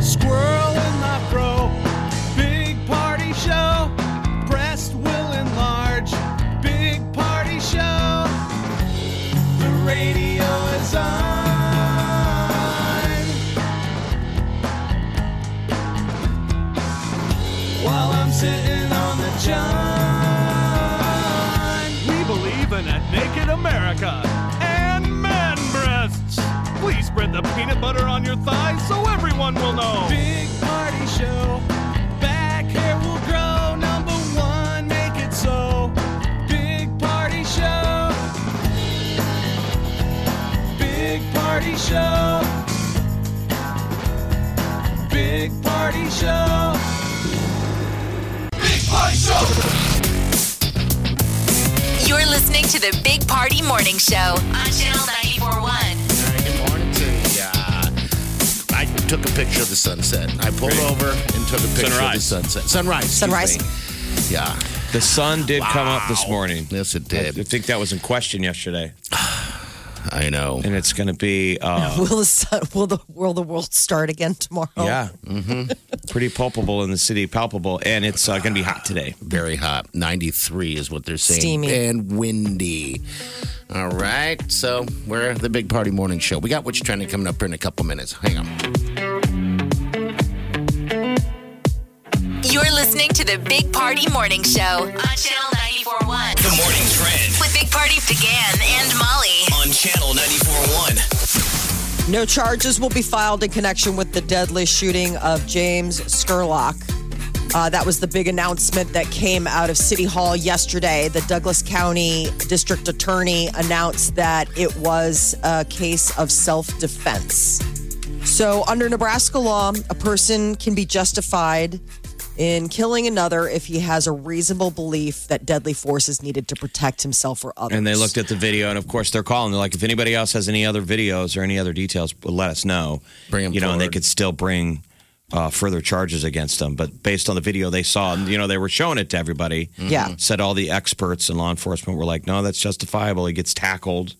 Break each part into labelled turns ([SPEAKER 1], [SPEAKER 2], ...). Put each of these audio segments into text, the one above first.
[SPEAKER 1] Squirrel in the fro, big party show. Breast will enlarge, big party show. The radio is on. While I'm sitting on the john.
[SPEAKER 2] We believe in a naked America and man breasts. Please spread the peanut butter on your thighs so everyone will know.
[SPEAKER 1] Big party show. Back hair will grow. Number one, make it so. Big party show. Big party show. Big party show. Big party show.
[SPEAKER 3] You're listening to the Big Party Morning Show on Channel 941.
[SPEAKER 4] All right, Good morning to you. I took a picture of the sunset. I pulled over and took a picture of the
[SPEAKER 5] Sunrise.
[SPEAKER 4] sunset. Sunrise. excuse
[SPEAKER 6] Sunrise.
[SPEAKER 4] me. Yeah.
[SPEAKER 5] The sun did come up this morning.
[SPEAKER 4] Yes, it
[SPEAKER 5] I
[SPEAKER 4] did.
[SPEAKER 5] think that was in question yesterday,
[SPEAKER 4] I know.
[SPEAKER 5] and it's going to be uh,
[SPEAKER 6] Will the sun, will the will the world start again tomorrow?
[SPEAKER 4] Oh.
[SPEAKER 5] yeah,
[SPEAKER 4] Mm-hmm.
[SPEAKER 5] pretty palpable in the city, palpable, and it's uh, going to be hot today.
[SPEAKER 4] Very hot. 93 is what they're saying.
[SPEAKER 6] Steamy.
[SPEAKER 4] And windy. All right. So we're the Big Party Morning Show. We got what's trending coming up here in a couple minutes. Hang on.
[SPEAKER 3] You're listening to the Big Party Morning Show on Channel 941
[SPEAKER 7] The morning trend
[SPEAKER 3] with Big Party began and Molly.
[SPEAKER 7] on channel 941.
[SPEAKER 6] No charges will be filed in connection with the deadly shooting of James Skurlock. Uh, that was the big announcement that came out of City Hall yesterday. The Douglas County District Attorney announced that it was a case of self defense. So, under Nebraska law, a person can be justified in killing another if he has a reasonable belief that deadly force is needed to protect himself or others.
[SPEAKER 5] And they looked at the video, and of course they're calling. They're like, if anybody else has any other videos or any other details, well, let us know.
[SPEAKER 4] Bring 'em
[SPEAKER 5] you know, and they
[SPEAKER 4] forward.
[SPEAKER 5] could still bring uh, further charges against them. But based on the video they saw, and you know, they were showing it to everybody.
[SPEAKER 4] Mm-hmm.
[SPEAKER 6] Yeah.
[SPEAKER 5] said all the experts and law enforcement were like, no, that's justifiable. He gets tackled.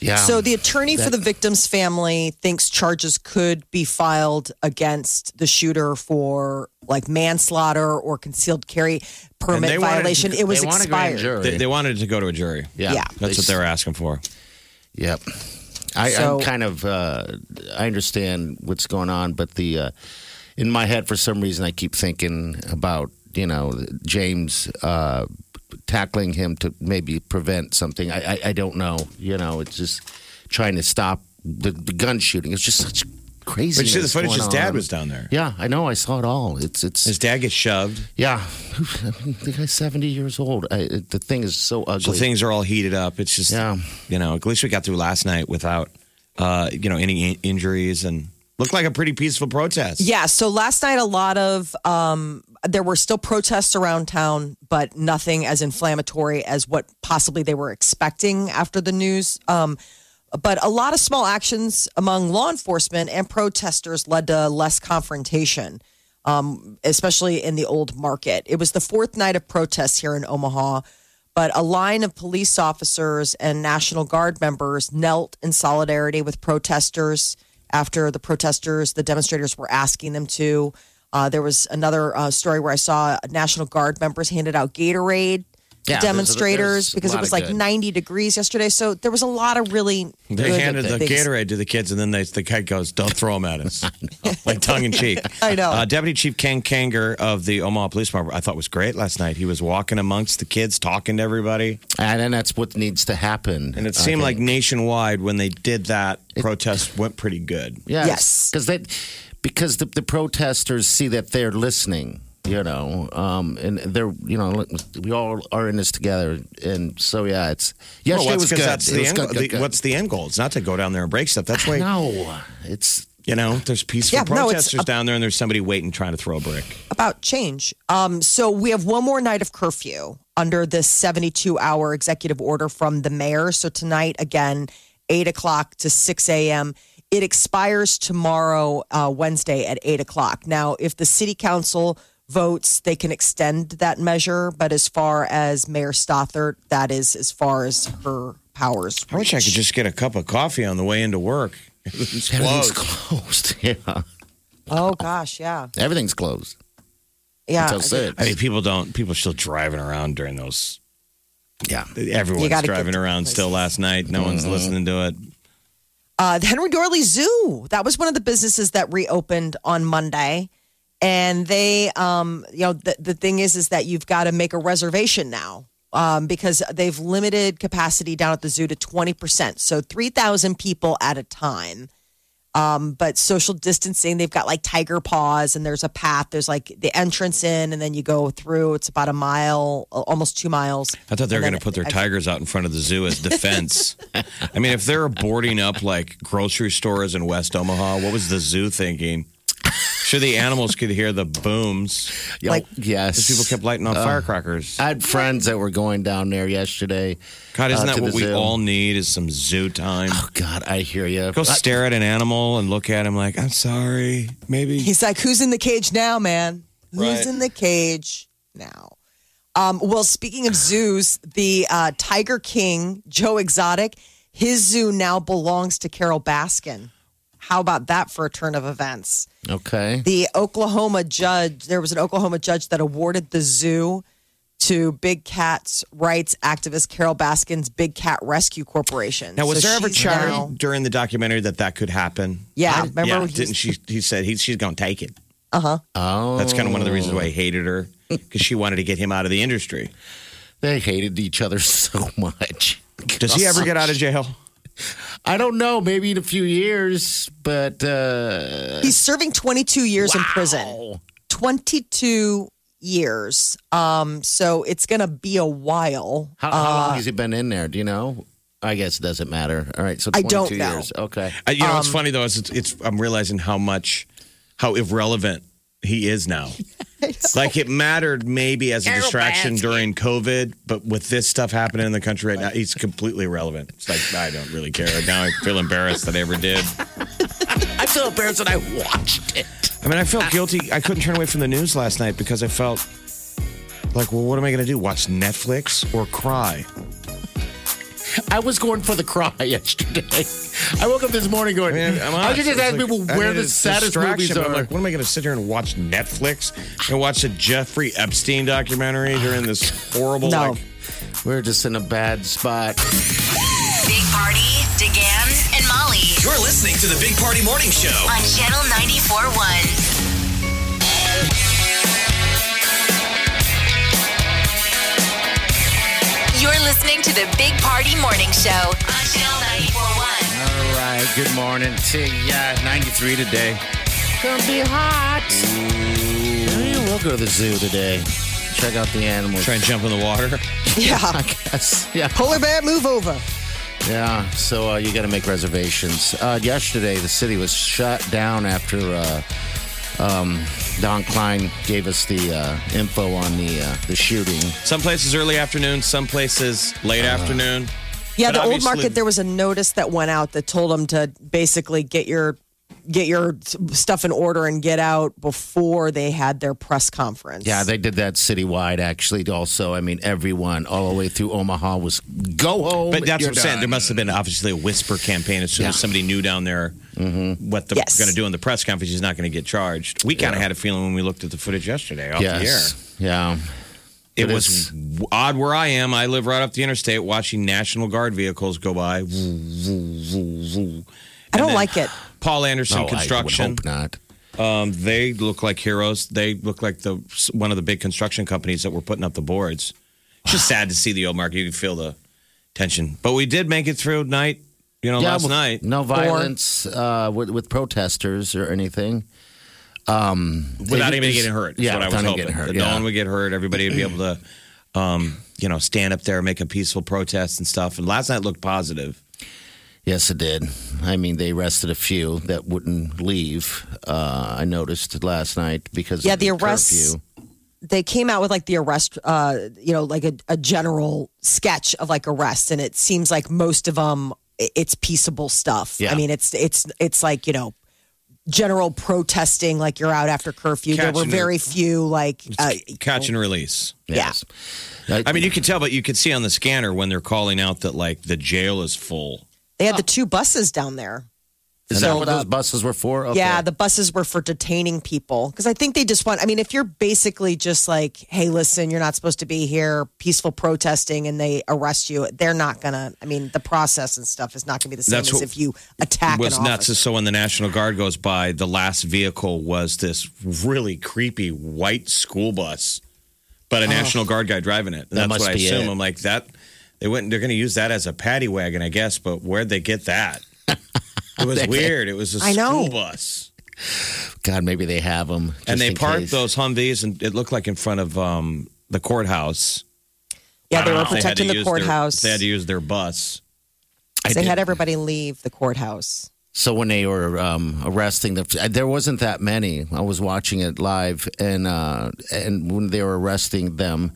[SPEAKER 4] Yeah.
[SPEAKER 6] So
[SPEAKER 1] Um,
[SPEAKER 6] the attorney for the victim's family thinks charges could be filed against the shooter for like manslaughter or concealed carry
[SPEAKER 5] they
[SPEAKER 6] permit
[SPEAKER 5] wanted-
[SPEAKER 6] violation. it was
[SPEAKER 4] they want a grand
[SPEAKER 6] expired.
[SPEAKER 4] jury.
[SPEAKER 5] They, they wanted it to go to a jury.
[SPEAKER 4] yeah.
[SPEAKER 6] yeah.
[SPEAKER 5] That's what they're asking for.
[SPEAKER 4] Yep. I,
[SPEAKER 6] So-
[SPEAKER 4] I'm kind of uh, I understand what's going on, but the uh, in my head for some reason I keep thinking about you know James uh, tackling him to maybe prevent something. I, I I don't know. You know, it's just trying to stop the, the gun shooting. It's just such crazy.
[SPEAKER 5] But you see the footage. His dad was down there.
[SPEAKER 4] Yeah, I know. I saw it all. It's it's
[SPEAKER 5] His dad gets shoved.
[SPEAKER 4] yeah. I mean, the guy's seventy years old. I, it, the thing is so
[SPEAKER 5] So
[SPEAKER 4] ugly.
[SPEAKER 5] things are all heated up. It's just,
[SPEAKER 4] Yeah.
[SPEAKER 5] you know, at least we got through last night without, uh, you know, any in- injuries and looked like a pretty peaceful protest.
[SPEAKER 6] Yeah. So last night, a lot of um, there were still protests around town, but nothing as inflammatory as what possibly they were expecting after the news. Um, but a lot of small actions among law enforcement and protesters led to less confrontation, um, especially in the old market. It was the fourth night of protests here in Omaha. But a line of police officers and National Guard members knelt in solidarity with protesters after the protesters, the demonstrators were asking them to. Uh, there was another uh, story where I saw National Guard members handed out Gatorade to
[SPEAKER 4] Yeah, there's a-
[SPEAKER 6] demonstrators
[SPEAKER 4] there's a
[SPEAKER 6] because it
[SPEAKER 4] lot
[SPEAKER 6] was
[SPEAKER 4] of
[SPEAKER 6] like
[SPEAKER 4] good.
[SPEAKER 6] 90 degrees yesterday. So there was a lot of really
[SPEAKER 5] They
[SPEAKER 6] good
[SPEAKER 5] handed the
[SPEAKER 6] things.
[SPEAKER 5] Gatorade to the kids, and then they, the kid goes, "Don't throw them at us," like tongue in cheek.
[SPEAKER 6] I know.
[SPEAKER 5] Uh, Deputy Chief Ken Kanger of the Omaha Police Department, I thought was great last night. He was walking amongst the kids, talking to everybody,
[SPEAKER 4] and then that's what needs to happen.
[SPEAKER 5] and it
[SPEAKER 4] I
[SPEAKER 5] seemed
[SPEAKER 4] think.
[SPEAKER 5] like nationwide when they did that, protest went pretty good.
[SPEAKER 4] Yes.
[SPEAKER 6] Yes.
[SPEAKER 4] Because that because the, the protesters see that they're listening. you know um and they're you know look, we all are in this together and so yeah it's yesterday
[SPEAKER 5] well,
[SPEAKER 4] was
[SPEAKER 5] because
[SPEAKER 4] good.
[SPEAKER 5] That's
[SPEAKER 4] It
[SPEAKER 5] the
[SPEAKER 4] was
[SPEAKER 5] end,
[SPEAKER 4] good,
[SPEAKER 5] the-
[SPEAKER 4] good, good.
[SPEAKER 5] What's the end goal? It's not to go down there and break stuff. That's why
[SPEAKER 4] no it's
[SPEAKER 5] you know there's peaceful
[SPEAKER 6] Yeah, no, it's
[SPEAKER 5] protesters
[SPEAKER 6] a-
[SPEAKER 5] down there, and there's somebody waiting trying to throw a brick.
[SPEAKER 6] about change. Um, so we have one more night of curfew under this 72 hour executive order from the mayor. So tonight, again, 8 o'clock to 6 a.m. It expires tomorrow, uh, Wednesday at 8 o'clock. Now, if the city council votes, they can extend that measure. But as far as Mayor Stothert, that is as far as her powers.
[SPEAKER 5] I wish I could just get a cup of coffee on the way into work. It's
[SPEAKER 4] everything's closed
[SPEAKER 5] closed.
[SPEAKER 4] yeah
[SPEAKER 6] Oh, gosh. Yeah.
[SPEAKER 4] everything's closed
[SPEAKER 6] Yeah.
[SPEAKER 4] until six
[SPEAKER 5] I mean, people don't. People still driving around during those.
[SPEAKER 4] yeah
[SPEAKER 6] You
[SPEAKER 5] Everyone's
[SPEAKER 6] gotta get
[SPEAKER 5] driving
[SPEAKER 6] to
[SPEAKER 5] around
[SPEAKER 6] places.
[SPEAKER 5] still last night. No one's listening to it.
[SPEAKER 6] Uh, the Henry Dorley Zoo. That was one of the businesses that reopened on Monday. And they, um, you know, the, the thing is, is that you've got to make a reservation now um, because they've limited capacity down at the zoo to 20%. So 3,000 people at a time. Um, but social distancing, they've got like tiger paws and there's a path. There's like the entrance in and then you go through. It's about a mile, almost two miles.
[SPEAKER 5] I thought they were
[SPEAKER 6] And
[SPEAKER 5] going to
[SPEAKER 6] then
[SPEAKER 5] put their
[SPEAKER 6] I-
[SPEAKER 5] tigers out in front of the zoo as defense. I mean, if they're boarding up like grocery stores in West Omaha, what was the zoo thinking? Sure, the animals could hear the booms.
[SPEAKER 4] Yeah,
[SPEAKER 6] Like-
[SPEAKER 4] yes
[SPEAKER 5] These people kept lighting
[SPEAKER 4] Uh,
[SPEAKER 5] off firecrackers.
[SPEAKER 4] I had friends that were going down there yesterday.
[SPEAKER 5] God, isn't
[SPEAKER 4] uh,
[SPEAKER 5] that
[SPEAKER 4] to
[SPEAKER 5] what
[SPEAKER 4] the
[SPEAKER 5] we
[SPEAKER 4] zoo.
[SPEAKER 5] all need? Is some zoo time?
[SPEAKER 4] Oh God, I hear you.
[SPEAKER 5] Go stare at an animal and look at him like, I'm sorry. Maybe.
[SPEAKER 6] He's like, who's in the cage now, man? Who's
[SPEAKER 5] Right.
[SPEAKER 6] in the cage now? Um, well, speaking of zoos, the uh, Tiger King, Joe Exotic, his zoo now belongs to Carol Baskin. How about that for a turn of events?
[SPEAKER 4] Okay.
[SPEAKER 6] The Oklahoma judge, there was an Oklahoma judge that awarded the zoo to Big Cat's rights activist Carol Baskin's Big Cat Rescue Corporation.
[SPEAKER 5] Now, was
[SPEAKER 6] So
[SPEAKER 5] there ever
[SPEAKER 6] she's
[SPEAKER 5] chatter
[SPEAKER 6] now-
[SPEAKER 5] during the documentary that that could happen?
[SPEAKER 6] Yeah, remember
[SPEAKER 5] yeah.
[SPEAKER 6] when he-
[SPEAKER 5] Didn't she? He said he, she's going to take it.
[SPEAKER 6] uh-huh.
[SPEAKER 4] Oh,
[SPEAKER 5] That's kind of one of the reasons why I hated her because she wanted to get him out of the industry.
[SPEAKER 4] they hated each other so much.
[SPEAKER 5] Does he ever get out of jail?
[SPEAKER 4] I don't know. Maybe in a few years, but uh,
[SPEAKER 6] He's serving 22 years in prison. 22 years. Um, so it's going to be a while. Uh,
[SPEAKER 4] How, how long has he been in there? Do you know? I guess it doesn't matter. All right, so
[SPEAKER 6] I
[SPEAKER 4] 22
[SPEAKER 6] don't know.
[SPEAKER 4] years. Okay.
[SPEAKER 5] I, you know, it's funny though. Is it's, it's I'm realizing how much, how irrelevant he is now. like it mattered maybe as a distraction during COVID, but with this stuff happening in the country right now, he's completely irrelevant. It's like I don't really care. Now I feel embarrassed that I ever did.
[SPEAKER 4] I feel embarrassed that I watched it.
[SPEAKER 5] I mean, I felt guilty. I couldn't turn away from the news last night because I felt like, well, what am I going to do? Watch Netflix or cry?
[SPEAKER 4] I was going for the cry yesterday. I woke up this morning going, I,
[SPEAKER 5] I'm
[SPEAKER 4] was
[SPEAKER 5] honest.
[SPEAKER 4] just
[SPEAKER 5] It's
[SPEAKER 4] asking
[SPEAKER 5] like-
[SPEAKER 4] people
[SPEAKER 5] I
[SPEAKER 4] where
[SPEAKER 5] mean,
[SPEAKER 4] the
[SPEAKER 5] it's
[SPEAKER 4] saddest
[SPEAKER 5] distraction,
[SPEAKER 4] movies
[SPEAKER 5] but
[SPEAKER 4] are.
[SPEAKER 5] I'm like, what am I going to sit here and watch Netflix and watch a Jeffrey Epstein documentary during this horrible?
[SPEAKER 6] No.
[SPEAKER 5] Like,
[SPEAKER 4] We're just in a bad spot.
[SPEAKER 3] Big Party, DeGan, and Molly
[SPEAKER 7] You're listening to the Big Party Morning Show.
[SPEAKER 3] on Channel 94.1. You're listening to the Big Party Morning Show on Channel 94.1.
[SPEAKER 4] All right, good morning to ya. 93 today. Gonna be hot. Maybe we'll go to the zoo today. Check out the animals.
[SPEAKER 5] try and jump in the water.
[SPEAKER 6] Yeah.
[SPEAKER 4] I guess. Yeah.
[SPEAKER 6] Polar bear, move over.
[SPEAKER 4] Yeah, so uh, you got to make reservations. Uh, yesterday, the city was shut down after uh, um, Don Klein gave us the uh, info on the uh, the shooting.
[SPEAKER 5] Some places early afternoon, some places late
[SPEAKER 4] Uh-huh.
[SPEAKER 5] afternoon.
[SPEAKER 6] Yeah,
[SPEAKER 5] But
[SPEAKER 6] the old
[SPEAKER 5] obviously-
[SPEAKER 6] market, there was a notice that went out that told them to basically get your get your stuff in order and get out before they had their press conference.
[SPEAKER 4] Yeah, they did that citywide, actually, also. I mean, everyone all the way through Omaha was go home.
[SPEAKER 5] But that's
[SPEAKER 4] you're
[SPEAKER 5] what I'm saying. There
[SPEAKER 4] done."
[SPEAKER 5] must have been obviously a whisper campaign as soon as
[SPEAKER 4] Yeah. Mm-hmm.
[SPEAKER 5] somebody knew down there what they're
[SPEAKER 6] Yes.
[SPEAKER 5] going to do in the press conference. He's not going to get charged. We kind of had a feeling when we looked at the footage yesterday off the air.
[SPEAKER 4] Yes. Yeah.
[SPEAKER 5] It
[SPEAKER 4] But
[SPEAKER 5] was w- odd where I am. I live right off the interstate watching National Guard vehicles go by.
[SPEAKER 6] I don't
[SPEAKER 5] then-
[SPEAKER 6] like it.
[SPEAKER 5] Paul Anderson
[SPEAKER 4] Oh, I would
[SPEAKER 5] Construction.
[SPEAKER 4] hope not.
[SPEAKER 5] Um, they look like heroes. They look like the one of the big construction companies that were putting up the boards. It's just sad to see the old market. You can feel the tension. But we did make it through night, you know, last
[SPEAKER 4] well,
[SPEAKER 5] night.
[SPEAKER 4] No violence uh, with, with protesters or anything.
[SPEAKER 5] without
[SPEAKER 4] They-
[SPEAKER 5] anybody getting hurt. is
[SPEAKER 4] Yeah,
[SPEAKER 5] what I was
[SPEAKER 4] without
[SPEAKER 5] hoping.
[SPEAKER 4] anybody getting hurt,
[SPEAKER 5] That
[SPEAKER 4] yeah.
[SPEAKER 5] No one would get hurt. Everybody would be able to, um, you know, stand up there, make a peaceful protest and stuff. And last night looked positive.
[SPEAKER 4] Yes, it did. I mean, they arrested a few that wouldn't leave. Uh, I noticed last night because
[SPEAKER 6] Yeah,
[SPEAKER 4] of the,
[SPEAKER 6] the arrests-
[SPEAKER 4] curfew.
[SPEAKER 6] they came out with like the arrest, uh, you know, like a, a general sketch of like arrests, and it seems like most of them, it's peaceable stuff.
[SPEAKER 4] Yeah.
[SPEAKER 6] I mean, it's it's it's like you know, general protesting, like you're out after curfew. there were
[SPEAKER 5] Catching
[SPEAKER 6] very few like, uh,
[SPEAKER 5] Catch and release.
[SPEAKER 4] Yes.
[SPEAKER 5] I mean, you can tell, but you can see on the scanner when they're calling out that like the jail is full.
[SPEAKER 6] they had the two buses down there.
[SPEAKER 4] is that
[SPEAKER 6] filled
[SPEAKER 4] what those
[SPEAKER 6] up.
[SPEAKER 4] buses were for? Okay.
[SPEAKER 6] Yeah, the buses were for detaining people because I think they just want. I mean, if you're basically just like, "Hey, listen, you're not supposed to be here," peaceful protesting, and they arrest you, they're not gonna. I mean, the process and stuff is not gonna be the same
[SPEAKER 5] That's
[SPEAKER 6] as
[SPEAKER 5] what
[SPEAKER 6] if you attack an
[SPEAKER 5] was nuts.
[SPEAKER 6] office.
[SPEAKER 5] So when the National Guard goes by, the last vehicle was this really creepy white school bus,
[SPEAKER 6] Oh.
[SPEAKER 5] but a National Guard guy driving it. And
[SPEAKER 4] That
[SPEAKER 5] that's
[SPEAKER 4] must
[SPEAKER 5] what I
[SPEAKER 4] be
[SPEAKER 5] assume.
[SPEAKER 4] it.
[SPEAKER 5] I'm like that. They went. They're going to use that as a paddy wagon, I guess. But where'd they get that? It was weird. It was a
[SPEAKER 6] I know.
[SPEAKER 5] school bus,
[SPEAKER 4] God, maybe they have them.
[SPEAKER 5] and they parked
[SPEAKER 4] park
[SPEAKER 5] those Humvees, and it looked like in front of um, the courthouse.
[SPEAKER 6] Yeah, they
[SPEAKER 5] I
[SPEAKER 6] were
[SPEAKER 5] don't know if had to
[SPEAKER 6] protecting the
[SPEAKER 5] use their-
[SPEAKER 6] courthouse.
[SPEAKER 5] they had to use their bus.
[SPEAKER 6] they had everybody leave the courthouse.
[SPEAKER 4] So when they were um, arresting the, there wasn't that many. I was watching it live, and uh, and when they were arresting them,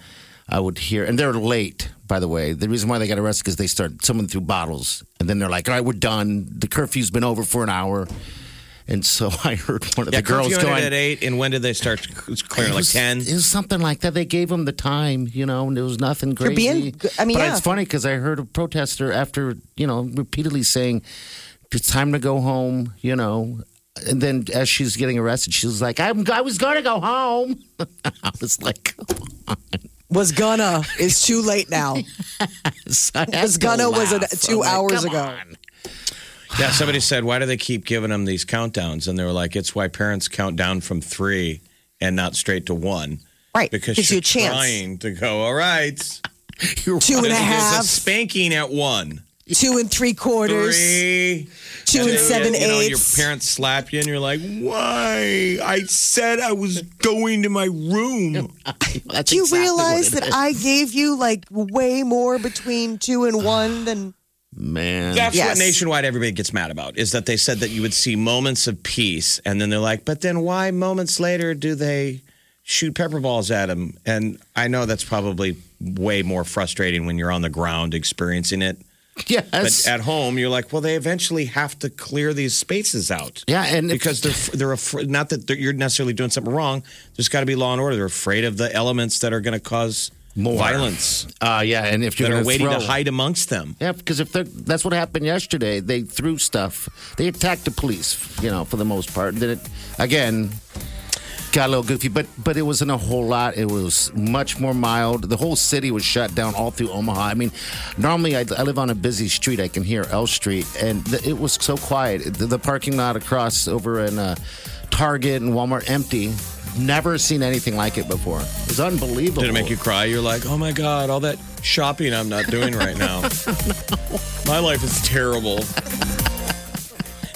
[SPEAKER 4] I would hear, and they're late. By the way, the reason why they got arrested because they started someone threw bottles, and then they're like, "All right, we're done. The curfew's been over for an hour." And so I heard one of the girls
[SPEAKER 5] curfew ended
[SPEAKER 4] going,
[SPEAKER 5] at eight, and when did they start clearing?
[SPEAKER 4] it
[SPEAKER 5] Like
[SPEAKER 4] was-
[SPEAKER 5] ten.
[SPEAKER 4] It was something like that. They gave them the time, you know, and it was nothing
[SPEAKER 6] You're
[SPEAKER 4] crazy.
[SPEAKER 6] being g- I mean,
[SPEAKER 4] but
[SPEAKER 6] yeah.
[SPEAKER 4] it's funny because I heard a protester after, you know, repeatedly saying, it's time to go home, you know. And then as she's getting arrested, she was like, I'm, I was going to go home. I was like,
[SPEAKER 6] Was gonna is too late now.
[SPEAKER 4] I
[SPEAKER 6] Was gonna was a, two hours ago.
[SPEAKER 5] Yeah, somebody said, why do they keep giving them these countdowns? And they were like, it's why parents count down from three and not straight to one.
[SPEAKER 6] Right,
[SPEAKER 5] Because
[SPEAKER 6] gives you
[SPEAKER 5] you're
[SPEAKER 6] a chance.
[SPEAKER 5] trying to go, all right.
[SPEAKER 6] Two and a
[SPEAKER 5] There's a
[SPEAKER 6] half,
[SPEAKER 5] spanking at one.
[SPEAKER 6] two and three quarters,
[SPEAKER 5] Three.
[SPEAKER 6] two and seven
[SPEAKER 5] you know, your
[SPEAKER 6] eighths.
[SPEAKER 5] parents slap you and you're like, why? I said I was going to my room.
[SPEAKER 4] That's
[SPEAKER 6] Do
[SPEAKER 4] exactly
[SPEAKER 6] you
[SPEAKER 4] what
[SPEAKER 6] realize
[SPEAKER 4] it
[SPEAKER 6] that
[SPEAKER 4] is.
[SPEAKER 6] I gave you like way more between two and one than
[SPEAKER 4] Man.
[SPEAKER 5] That's
[SPEAKER 6] Yes.
[SPEAKER 5] what nationwide everybody gets mad about is that they said that you would see moments of peace, and then they're like, but then why moments later do they shoot pepper balls at them? And I know that's probably way more frustrating when you're on the ground experiencing it. But
[SPEAKER 4] yes.
[SPEAKER 5] at home, you're like, well, they eventually have to clear these spaces out.
[SPEAKER 4] yeah, and if-
[SPEAKER 5] Because they're they're afraid, not that they're, you're necessarily doing something wrong. There's got to be law and order. They're afraid of the elements that are going to cause
[SPEAKER 4] More.
[SPEAKER 5] violence
[SPEAKER 4] uh, yeah, and if you're
[SPEAKER 5] that are
[SPEAKER 4] gonna
[SPEAKER 5] waiting to
[SPEAKER 4] throw-
[SPEAKER 5] hide amongst them.
[SPEAKER 4] Yeah, because if they're, that's what happened yesterday, they threw stuff. They attacked the police, you know, for the most part. Then it again got a little goofy, but but it wasn't a whole lot. It was much more mild. The whole city was shut down all through Omaha. I mean, normally I, I live on a busy street. I can hear L Street, and the, it was so quiet. The, the parking lot across over in uh, Target and Walmart empty. Never seen anything like it before. It was unbelievable.
[SPEAKER 5] Did it make you cry? You're like, oh my God, all that shopping I'm not doing right now. My life is terrible.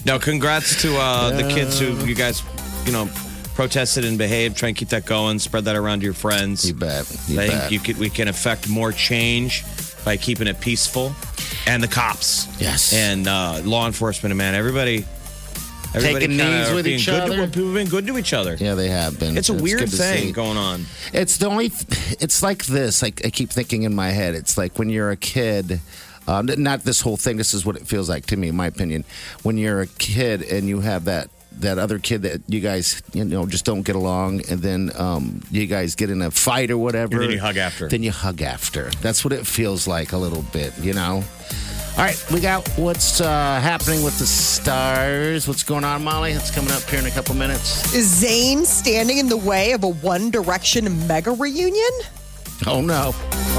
[SPEAKER 5] now, congrats to uh, the kids who you guys, you know, protested and behaved. Try and keep that going. Spread that around to your friends.
[SPEAKER 4] You bet. You
[SPEAKER 5] I
[SPEAKER 4] bet.
[SPEAKER 5] think you could, we can affect more change by keeping it peaceful. And the cops.
[SPEAKER 4] Yes.
[SPEAKER 5] And uh, law enforcement, and man, everybody. everybody
[SPEAKER 4] Taking
[SPEAKER 5] kinda
[SPEAKER 4] knees
[SPEAKER 5] are
[SPEAKER 4] with
[SPEAKER 5] being
[SPEAKER 4] each
[SPEAKER 5] good
[SPEAKER 4] other.
[SPEAKER 5] To, people have been good to each other.
[SPEAKER 4] Yeah, they have been.
[SPEAKER 5] It's a weird
[SPEAKER 4] good to
[SPEAKER 5] thing
[SPEAKER 4] see.
[SPEAKER 5] going on.
[SPEAKER 4] It's the only. It's like this. Like I keep thinking in my head. It's like when you're a kid. Um, not this whole thing. This is what it feels like to me, in my opinion. When you're a kid and you have that that other kid that you guys you know just don't get along, and then um, you guys get in a fight or whatever.
[SPEAKER 5] And then you hug after.
[SPEAKER 4] Then you hug after. That's what it feels like a little bit, you know. All right, we got what's uh, happening with the stars. What's going on, Molly? It's coming up here in a couple minutes.
[SPEAKER 6] is Zayn standing in the way of a One Direction mega reunion?
[SPEAKER 4] Oh no!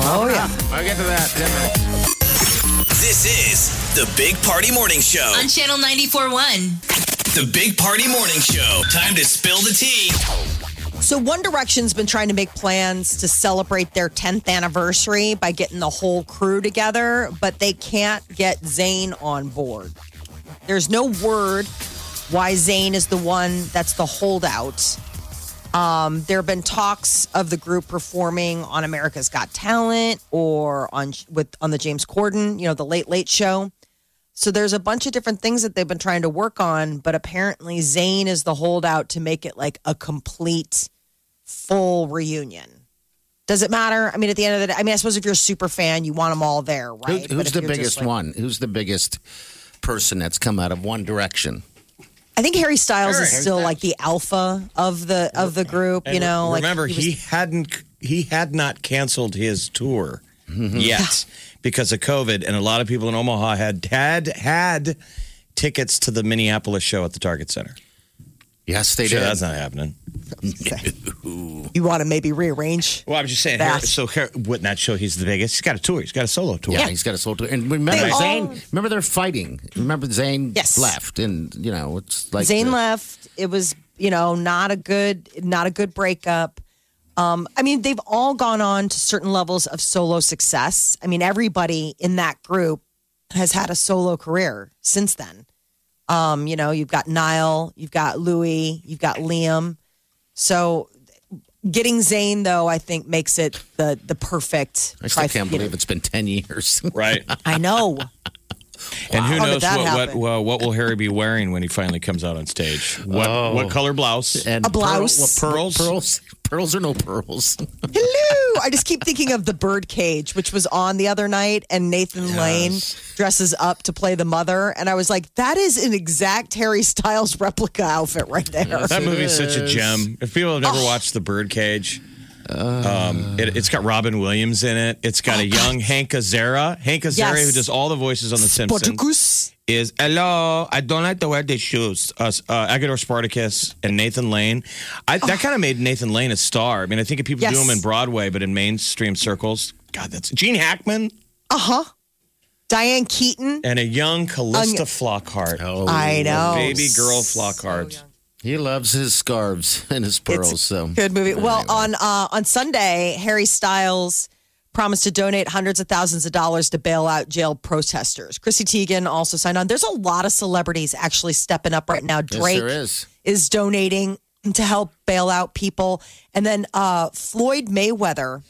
[SPEAKER 6] Oh yeah.
[SPEAKER 4] I'll get to that. in a minute.
[SPEAKER 7] This is the Big Party Morning Show.
[SPEAKER 3] On Channel 94.1.
[SPEAKER 7] The Big Party Morning Show. Time to spill the tea.
[SPEAKER 6] So One Direction's been trying to make plans to celebrate their 10th anniversary by getting the whole crew together, but they can't get Zayn on board. There's no word why Zayn is the one that's the holdout. Um, there have been talks of the group performing on America's Got Talent or on with on the James Corden, you know, the Late Late Show. So there's a bunch of different things that they've been trying to work on, but apparently Zayn is the holdout to make it like a complete, full reunion. Does it matter? I mean, at the end of the day, I mean, I suppose if you're a super fan, you want them all there,
[SPEAKER 4] Who-
[SPEAKER 6] right? But
[SPEAKER 4] who's
[SPEAKER 6] if
[SPEAKER 4] the
[SPEAKER 6] you're just
[SPEAKER 4] biggest
[SPEAKER 6] like-
[SPEAKER 4] one? Who's the biggest person that's come out of One Direction?
[SPEAKER 6] I think Harry Styles
[SPEAKER 5] Harry
[SPEAKER 6] is still like the alpha of the of the group. You
[SPEAKER 5] And
[SPEAKER 6] know, like,
[SPEAKER 5] remember
[SPEAKER 6] was-
[SPEAKER 5] he, hadn't he had not canceled his tour
[SPEAKER 6] Mm-hmm.
[SPEAKER 5] yet because of COVID, and a lot of people in Omaha had had had tickets to the Minneapolis show at the Target Center.
[SPEAKER 4] Yes, they
[SPEAKER 5] Sure,
[SPEAKER 4] did.
[SPEAKER 5] that's not happening.
[SPEAKER 6] you want to maybe rearrange.
[SPEAKER 5] Well, I'm just saying.
[SPEAKER 6] That.
[SPEAKER 5] Harry- so Harry, wouldn't that show he's the biggest? He's got a tour. He's got a solo tour.
[SPEAKER 4] Yeah, he's got a soul tour. And remember,
[SPEAKER 6] They all-
[SPEAKER 4] Zayn. Remember, they're fighting. Remember, Zayn
[SPEAKER 6] Yes.
[SPEAKER 4] left, and you know, it's like
[SPEAKER 6] Zayn
[SPEAKER 4] the-
[SPEAKER 6] left. It was you know not a good not a good breakup. Um, I mean, they've all gone on to certain levels of solo success. I mean, everybody in that group has had a solo career since then. Um, you know, you've got Niall, you've got Louis, you've got Liam. So getting Zayn though, I think makes it the the perfect.
[SPEAKER 4] I still
[SPEAKER 6] trif-
[SPEAKER 4] can't
[SPEAKER 6] you know.
[SPEAKER 4] believe it's been ten years.
[SPEAKER 5] Right.
[SPEAKER 6] I know.
[SPEAKER 5] And who
[SPEAKER 6] How did
[SPEAKER 5] knows
[SPEAKER 6] that
[SPEAKER 5] what what,
[SPEAKER 6] happen?
[SPEAKER 5] what what will Harry be wearing when he finally comes out on stage? What what color blouse?
[SPEAKER 4] And
[SPEAKER 6] A blouse.
[SPEAKER 4] pearls, pearls, pearls, or no pearls?
[SPEAKER 6] Hello. I just keep thinking of the birdcage, which was on the other night, and Nathan Lane dresses up to play the mother. And I was like, that is an exact Harry Styles replica outfit right there.
[SPEAKER 5] that
[SPEAKER 4] it
[SPEAKER 5] movie's such a
[SPEAKER 4] is.
[SPEAKER 5] gem. If people have never
[SPEAKER 6] Oh.
[SPEAKER 5] watched The Birdcage, um, it, it's got Robin Williams in it. It's got a young Hank Azera. Hank Azera,
[SPEAKER 6] Oh, Yes.
[SPEAKER 5] who does all the voices on The Simpsons,
[SPEAKER 6] Portugoose.
[SPEAKER 5] is hello. I don't like to wear these shoes. Uh, uh, Agador Spartacus and Nathan Lane. I, that kind of made Nathan Lane a star. I mean, I think if people do
[SPEAKER 6] Oh. Yes.
[SPEAKER 5] him in Broadway, but in mainstream circles, God, that's Gene Hackman
[SPEAKER 6] Diane Keaton.
[SPEAKER 5] and a young Callista Flockhart.
[SPEAKER 4] Oh,
[SPEAKER 6] I know.
[SPEAKER 5] Baby girl Flockhart.
[SPEAKER 4] he loves his scarves and his pearls.
[SPEAKER 6] It's
[SPEAKER 4] so
[SPEAKER 6] good movie. Well, on uh, on Sunday, Harry Styles promised to donate hundreds of thousands of dollars to bail out jail protesters. Chrissy Teigen also signed on. There's a lot of celebrities actually stepping up right now.
[SPEAKER 4] Yes,
[SPEAKER 6] Drake
[SPEAKER 4] there is.
[SPEAKER 6] is donating to help bail out people, and then uh, Floyd Mayweather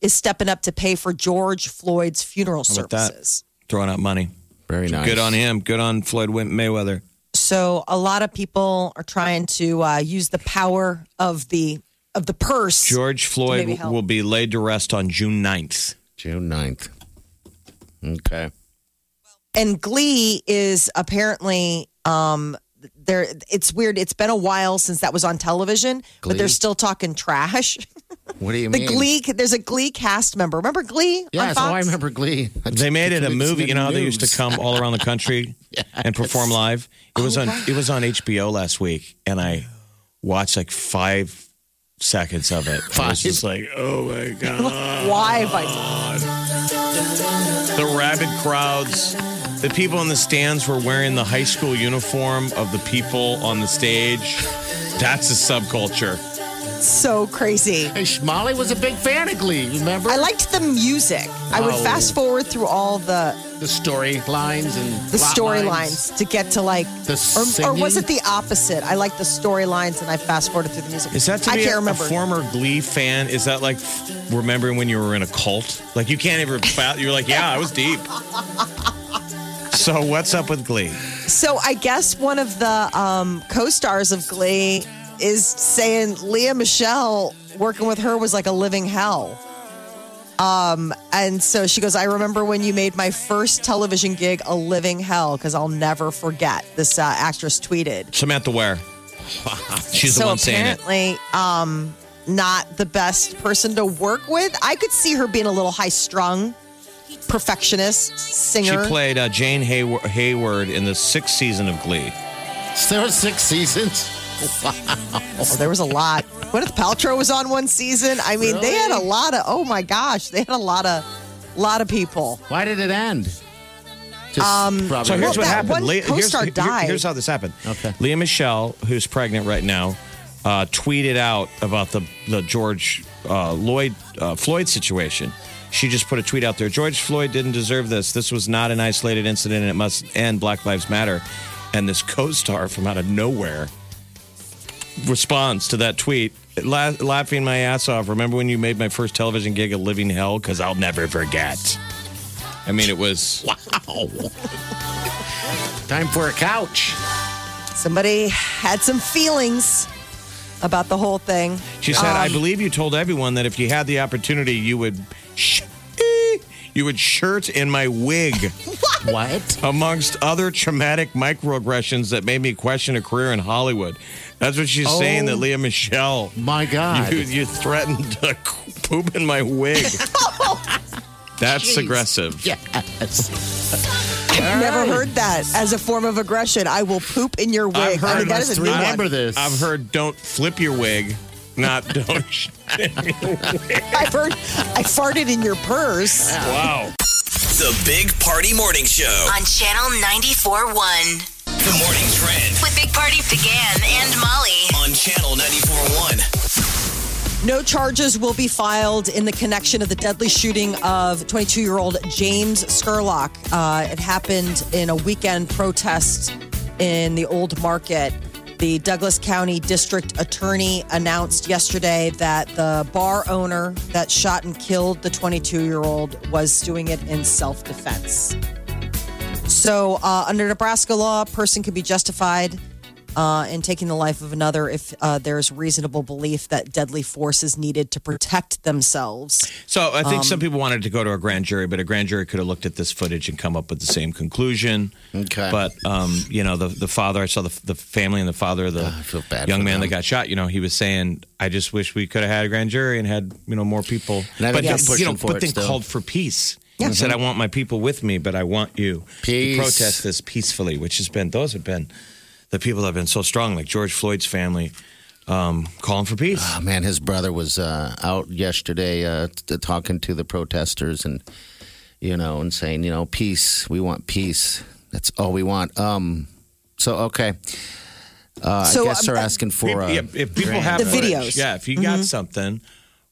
[SPEAKER 6] is stepping up to pay for George Floyd's funeral
[SPEAKER 5] about that?
[SPEAKER 6] services.
[SPEAKER 5] Throwing out money.
[SPEAKER 4] Very nice.
[SPEAKER 5] Good on him. Good on Floyd Win- Mayweather.
[SPEAKER 6] So a lot of people are trying to uh, use the power of the of the purse.
[SPEAKER 5] George Floyd
[SPEAKER 6] maybe help.
[SPEAKER 5] will be laid to rest on June 9th.
[SPEAKER 4] June 9th. Okay.
[SPEAKER 6] and glee is apparently um there it's weird it's been a while since that was on television but they're
[SPEAKER 4] Glee?
[SPEAKER 6] still talking trash
[SPEAKER 4] What do you
[SPEAKER 6] the
[SPEAKER 4] mean?
[SPEAKER 6] glee there's a glee cast member remember glee on
[SPEAKER 4] Yes, oh, I
[SPEAKER 6] Fox?
[SPEAKER 4] remember Glee.
[SPEAKER 5] They made it a
[SPEAKER 4] It's
[SPEAKER 5] movie.
[SPEAKER 4] in
[SPEAKER 5] You know how they used to
[SPEAKER 4] news.
[SPEAKER 5] come all around the country and perform live. It
[SPEAKER 4] Oh,
[SPEAKER 5] was on it was on HBO last week, and I watched like five seconds of it. I was just like, oh my god,
[SPEAKER 6] why have I-
[SPEAKER 5] the rabid crowds. The people in the stands were wearing the high school uniform of the people on the stage. That's a subculture.
[SPEAKER 6] so crazy
[SPEAKER 4] Hey, Molly was a big fan of Glee. Remember
[SPEAKER 6] i liked the music i would
[SPEAKER 4] Oh.
[SPEAKER 6] fast forward through all the
[SPEAKER 4] the storylines and
[SPEAKER 6] the
[SPEAKER 4] plot lines.
[SPEAKER 6] storylines to get to like
[SPEAKER 4] The
[SPEAKER 6] or, or was
[SPEAKER 4] singing?
[SPEAKER 6] it the opposite i liked the storylines and i fast forwarded through the music
[SPEAKER 5] Is that to
[SPEAKER 6] i
[SPEAKER 5] be
[SPEAKER 6] can't
[SPEAKER 5] a, a
[SPEAKER 6] remember
[SPEAKER 5] former Glee fan? Is that like f- remembering when you were in a cult? Like you can't even. fa- You're like, yeah, I was deep. so what's up with Glee?
[SPEAKER 6] So I guess one of the um, co-stars of Glee is saying Leah Michelle working with her was like a living hell. Um, and so she goes, I remember when you made my first television gig a living hell because I'll never forget. This uh, actress tweeted.
[SPEAKER 5] Samantha Ware. She's the
[SPEAKER 6] so
[SPEAKER 5] one saying it.
[SPEAKER 6] apparently, um, not the best person to work with. I could see her being a little high strung, perfectionist
[SPEAKER 5] She
[SPEAKER 6] singer.
[SPEAKER 5] played uh, Jane Hayw- Hayward in the sixth season of Glee.
[SPEAKER 4] There were six seasons.
[SPEAKER 6] Oh, there was a lot. Gwyneth Paltrow was on one season. I mean, they had a lot of. Oh my gosh, they had a lot of, lot of people.
[SPEAKER 4] Why did it end? Just um, probably
[SPEAKER 5] So
[SPEAKER 6] Well,
[SPEAKER 5] here's what
[SPEAKER 6] that
[SPEAKER 5] happened.
[SPEAKER 6] one
[SPEAKER 5] Leah- here's,
[SPEAKER 6] co-star
[SPEAKER 5] here-
[SPEAKER 6] died.
[SPEAKER 5] here's how this happened.
[SPEAKER 4] Okay.
[SPEAKER 5] Leah Michelle, who's pregnant right now, uh, tweeted out about the the George uh, Lloyd uh, Floyd situation. She just put a tweet out there. George Floyd didn't deserve this. This was not an isolated incident, and it must end. Black Lives Matter. and this co-star from out of nowhere responds to that tweet, la- laughing my ass off. Remember when you made my first television gig a living hell? Because I'll never forget. I mean, it was
[SPEAKER 4] Time for a couch.
[SPEAKER 6] Somebody had some feelings about the whole thing.
[SPEAKER 5] She said,
[SPEAKER 6] Um,
[SPEAKER 5] "I believe you told everyone that if you had the opportunity, you would, sh- eh, you would shirt in my wig,
[SPEAKER 4] What?
[SPEAKER 5] amongst other traumatic microaggressions that made me question a career in Hollywood." That's what she's saying.
[SPEAKER 6] Oh
[SPEAKER 5] That Leah Michelle,
[SPEAKER 4] My God.
[SPEAKER 5] you, you threatened to poop in my wig. That's aggressive.
[SPEAKER 4] yes.
[SPEAKER 6] I've never heard that as a form of aggression. I will poop in your wig.
[SPEAKER 5] I've
[SPEAKER 6] I
[SPEAKER 5] heard
[SPEAKER 6] mean, that
[SPEAKER 5] it
[SPEAKER 6] is a
[SPEAKER 5] three
[SPEAKER 6] new
[SPEAKER 5] times.
[SPEAKER 6] one.
[SPEAKER 4] Remember this.
[SPEAKER 5] I've heard don't flip your wig, not don't. sh-
[SPEAKER 6] I've heard I farted in your purse.
[SPEAKER 5] wow.
[SPEAKER 7] The Big Party Morning Show.
[SPEAKER 3] on Channel 94.1.
[SPEAKER 7] The Morning Trend
[SPEAKER 3] With Big Party began and Molly.
[SPEAKER 7] on Channel 94.1.
[SPEAKER 6] No charges will be filed in the connection of the deadly shooting of 22 year old James Skurlock. Uh, it happened in a weekend protest in the Old Market. The Douglas County District Attorney announced yesterday that the bar owner that shot and killed the 22 year old was doing it in self defense. So, uh, under Nebraska law, a person can be justified uh, in taking the life of another if uh, there's reasonable belief that deadly force is needed to protect themselves.
[SPEAKER 5] So I think
[SPEAKER 4] Um,
[SPEAKER 5] some people wanted to go to a grand jury, but a grand jury could have looked at this footage and come up with the same conclusion.
[SPEAKER 4] Okay.
[SPEAKER 5] But um, you know, the the father, I saw the the family and the father of the
[SPEAKER 4] Ah, I feel bad
[SPEAKER 5] young
[SPEAKER 4] for
[SPEAKER 5] man
[SPEAKER 4] them.
[SPEAKER 5] that got shot. You know, he was saying, "I just wish we could have had a grand jury and had you know more people."
[SPEAKER 4] And I
[SPEAKER 5] but
[SPEAKER 4] think they're
[SPEAKER 5] you know,
[SPEAKER 4] pushing for
[SPEAKER 5] but
[SPEAKER 4] it
[SPEAKER 5] they
[SPEAKER 4] still. Mm-hmm.
[SPEAKER 5] called for peace. He said, "I want my people with me, but I want you
[SPEAKER 4] Peace.
[SPEAKER 5] to protest this peacefully," which has been those have been the people that have been so strong, like George Floyd's family, um, calling for peace.
[SPEAKER 4] Oh, man, his brother was uh, out yesterday uh, t- talking to the protesters and, you know, and saying, you know, peace. We want peace. That's all we want. Um. So, okay. Uh,
[SPEAKER 6] So,
[SPEAKER 4] I guess
[SPEAKER 6] um,
[SPEAKER 4] they're asking for uh,
[SPEAKER 5] yeah, if people have
[SPEAKER 6] The
[SPEAKER 5] footage,
[SPEAKER 6] videos. Mm-hmm.
[SPEAKER 5] yeah, if you got something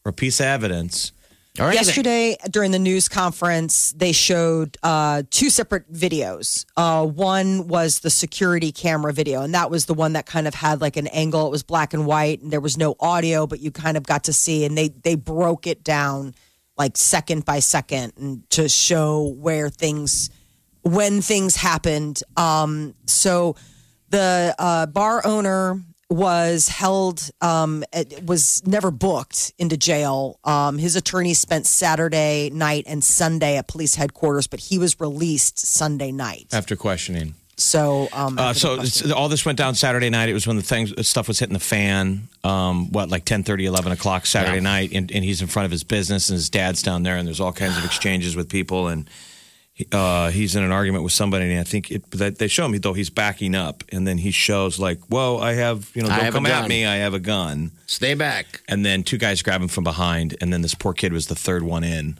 [SPEAKER 5] or a piece of evidence,
[SPEAKER 4] All right,
[SPEAKER 6] Yesterday, during the news conference, they showed uh, two separate videos. Uh, one was the security camera video, and that was the one that kind of had like an angle. It was black and white, and there was no audio, but you kind of got to see. And they they broke it down like second by second and to show where things when things happened. Um, so the uh, bar owner was held, um, it was never booked into jail. Um, his attorney spent Saturday night and Sunday at police headquarters, but he was released Sunday night.
[SPEAKER 5] after questioning.
[SPEAKER 6] So, um,
[SPEAKER 5] Uh,
[SPEAKER 6] after
[SPEAKER 5] so
[SPEAKER 6] the question-
[SPEAKER 5] it's- all this went down Saturday night. It was when the things stuff was hitting the fan. Um, what like 10, 11 o'clock Saturday night, and, and he's in front of his business, and his dad's down there, and there's all kinds of exchanges with people, and he- uh, he's in an argument with somebody, and I think it, that they show him though he's backing up, and then he shows like, "Whoa, I have you know,
[SPEAKER 4] I
[SPEAKER 5] don't
[SPEAKER 4] have a
[SPEAKER 5] come at
[SPEAKER 4] gun."
[SPEAKER 5] me, I have a gun,"
[SPEAKER 4] Stay back.
[SPEAKER 5] and then two guys grab him from behind, and then this poor kid was the third one in.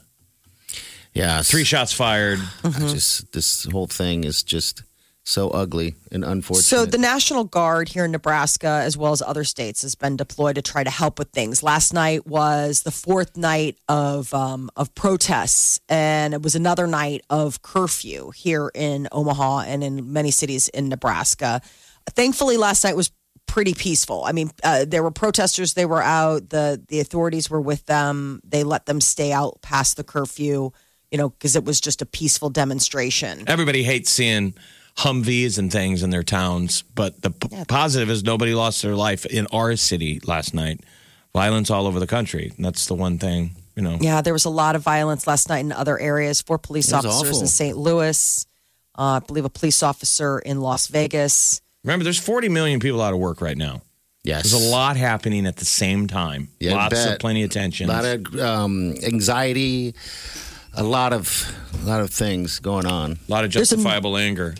[SPEAKER 4] Yeah.
[SPEAKER 5] Three shots Mm-hmm. fired.
[SPEAKER 4] I just this whole thing is just so ugly and unfortunate.
[SPEAKER 6] So the National Guard here in Nebraska, as well as other states, has been deployed to try to help with things. Last night was the fourth night of um, of protests, and it was another night of curfew here in Omaha and in many cities in Nebraska. Thankfully, last night was pretty peaceful. I mean, uh, there were protesters; they were out. the The authorities were with them. They let them stay out past the curfew, you know, because it was just a peaceful demonstration.
[SPEAKER 5] Everybody hates seeing Humvees and things in their towns, but the p- positive is nobody lost their life in our city last night. Violence all over the country. And that's the one thing, you know.
[SPEAKER 6] Yeah, there was a lot of violence last night in other areas. Four police
[SPEAKER 4] It was
[SPEAKER 6] officers in
[SPEAKER 4] awful.
[SPEAKER 6] St. Louis, uh, I believe a police officer in Las Vegas.
[SPEAKER 5] Remember, there's 40 million people out of work right now.
[SPEAKER 4] yes,
[SPEAKER 5] There's a lot happening at the same time.
[SPEAKER 4] Yeah, I
[SPEAKER 5] Lots of
[SPEAKER 4] bet.
[SPEAKER 5] plenty of tension.
[SPEAKER 4] a lot of um, anxiety, a lot of a lot of things going on.
[SPEAKER 5] lot of
[SPEAKER 6] There's a-
[SPEAKER 5] justifiable anger.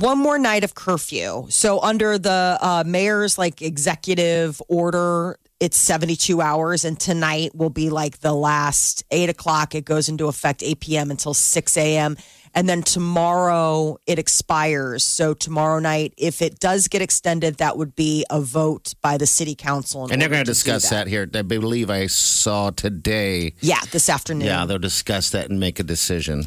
[SPEAKER 6] One more night of curfew. So under the uh, mayor's like executive order, it's 72 hours, and tonight will be like the last eight o'clock. It goes into effect 8 p.m. until 6 a.m. And then tomorrow it expires. So tomorrow night, if it does get extended, that would be a vote by the city council. in
[SPEAKER 4] And they're going
[SPEAKER 6] order
[SPEAKER 4] to
[SPEAKER 6] do
[SPEAKER 4] discuss that. here. I believe I saw today.
[SPEAKER 6] Yeah, this afternoon.
[SPEAKER 4] Yeah, they'll discuss that and make a decision.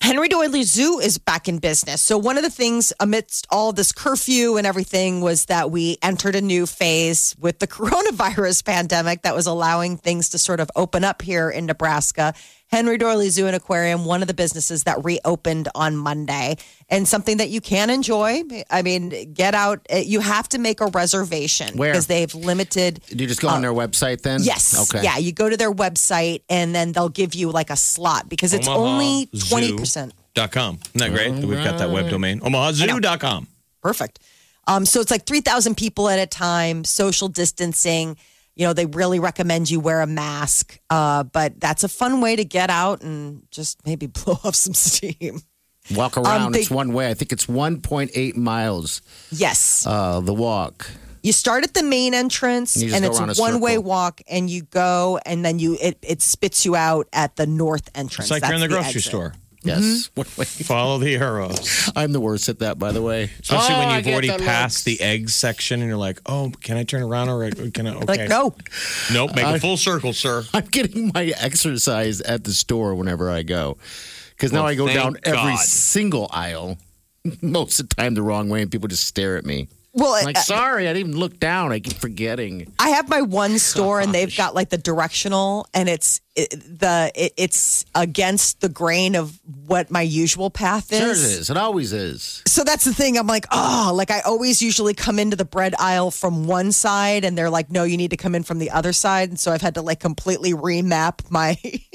[SPEAKER 6] Henry Doyle Zoo is back in business. So, one of the things amidst all this curfew and everything was that we entered a new phase with the coronavirus pandemic that was allowing things to sort of open up here in Nebraska. Henry Doyle Zoo and Aquarium, one of the businesses that reopened on Monday, and something that you can enjoy. I mean, get out. eh, You have to make a reservation
[SPEAKER 4] Where?
[SPEAKER 6] because they've limited.
[SPEAKER 4] Do you just go on their website then?
[SPEAKER 6] Uh, Yes.
[SPEAKER 4] Okay.
[SPEAKER 6] Yeah, you go to their website and then they'll give you like a slot because it's only 20%.
[SPEAKER 5] Dot com. Isn't that great? that We've got that web domain. OmahaZoo.com.
[SPEAKER 6] Perfect. Um, so it's like 3,000 people at a time, social distancing. You know, they really recommend you wear a mask, uh, but that's a fun way to get out and just maybe blow off some steam.
[SPEAKER 4] Walk around.
[SPEAKER 6] um, they-
[SPEAKER 4] it's one way. I think it's 1.8 miles.
[SPEAKER 6] Yes.
[SPEAKER 4] Uh, the walk.
[SPEAKER 6] you start at the main entrance
[SPEAKER 4] You just
[SPEAKER 6] and
[SPEAKER 4] go
[SPEAKER 6] it's a
[SPEAKER 4] around a circle.
[SPEAKER 6] one way walk and you go and then you it, it spits you out at the north entrance.
[SPEAKER 5] It's like you're in the
[SPEAKER 6] That's
[SPEAKER 5] grocery
[SPEAKER 6] exit.
[SPEAKER 5] store.
[SPEAKER 6] Mm-hmm.
[SPEAKER 4] Yes. One way.
[SPEAKER 5] Follow the arrows.
[SPEAKER 4] I'm the worst at that, by the way.
[SPEAKER 5] Especially
[SPEAKER 4] Oh, I
[SPEAKER 5] when you've
[SPEAKER 4] get
[SPEAKER 5] already
[SPEAKER 4] the
[SPEAKER 5] passed the egg section and you're like, oh, can I turn around or can I? Okay. Uh,
[SPEAKER 6] Like, no.
[SPEAKER 5] Nope. Make a full circle, sir.
[SPEAKER 4] I'm getting my exercise at the store whenever I go. Because now
[SPEAKER 5] Well,
[SPEAKER 4] I go
[SPEAKER 5] thank
[SPEAKER 4] down every
[SPEAKER 5] God.
[SPEAKER 4] single aisle, most of the time the wrong way, and people just stare at me.
[SPEAKER 6] Well,
[SPEAKER 4] I'm like,
[SPEAKER 6] uh,
[SPEAKER 4] sorry, I didn't even look down. I keep forgetting.
[SPEAKER 6] I have my one store, and they've got like the directional, and it's it, the it, it's against the grain of what my usual path is.
[SPEAKER 4] Sure it is. It always is.
[SPEAKER 6] So that's the thing. I'm like, oh, like I always usually come into the bread aisle from one side, and they're like, no, you need to come in from the other side. And so I've had to like completely remap my,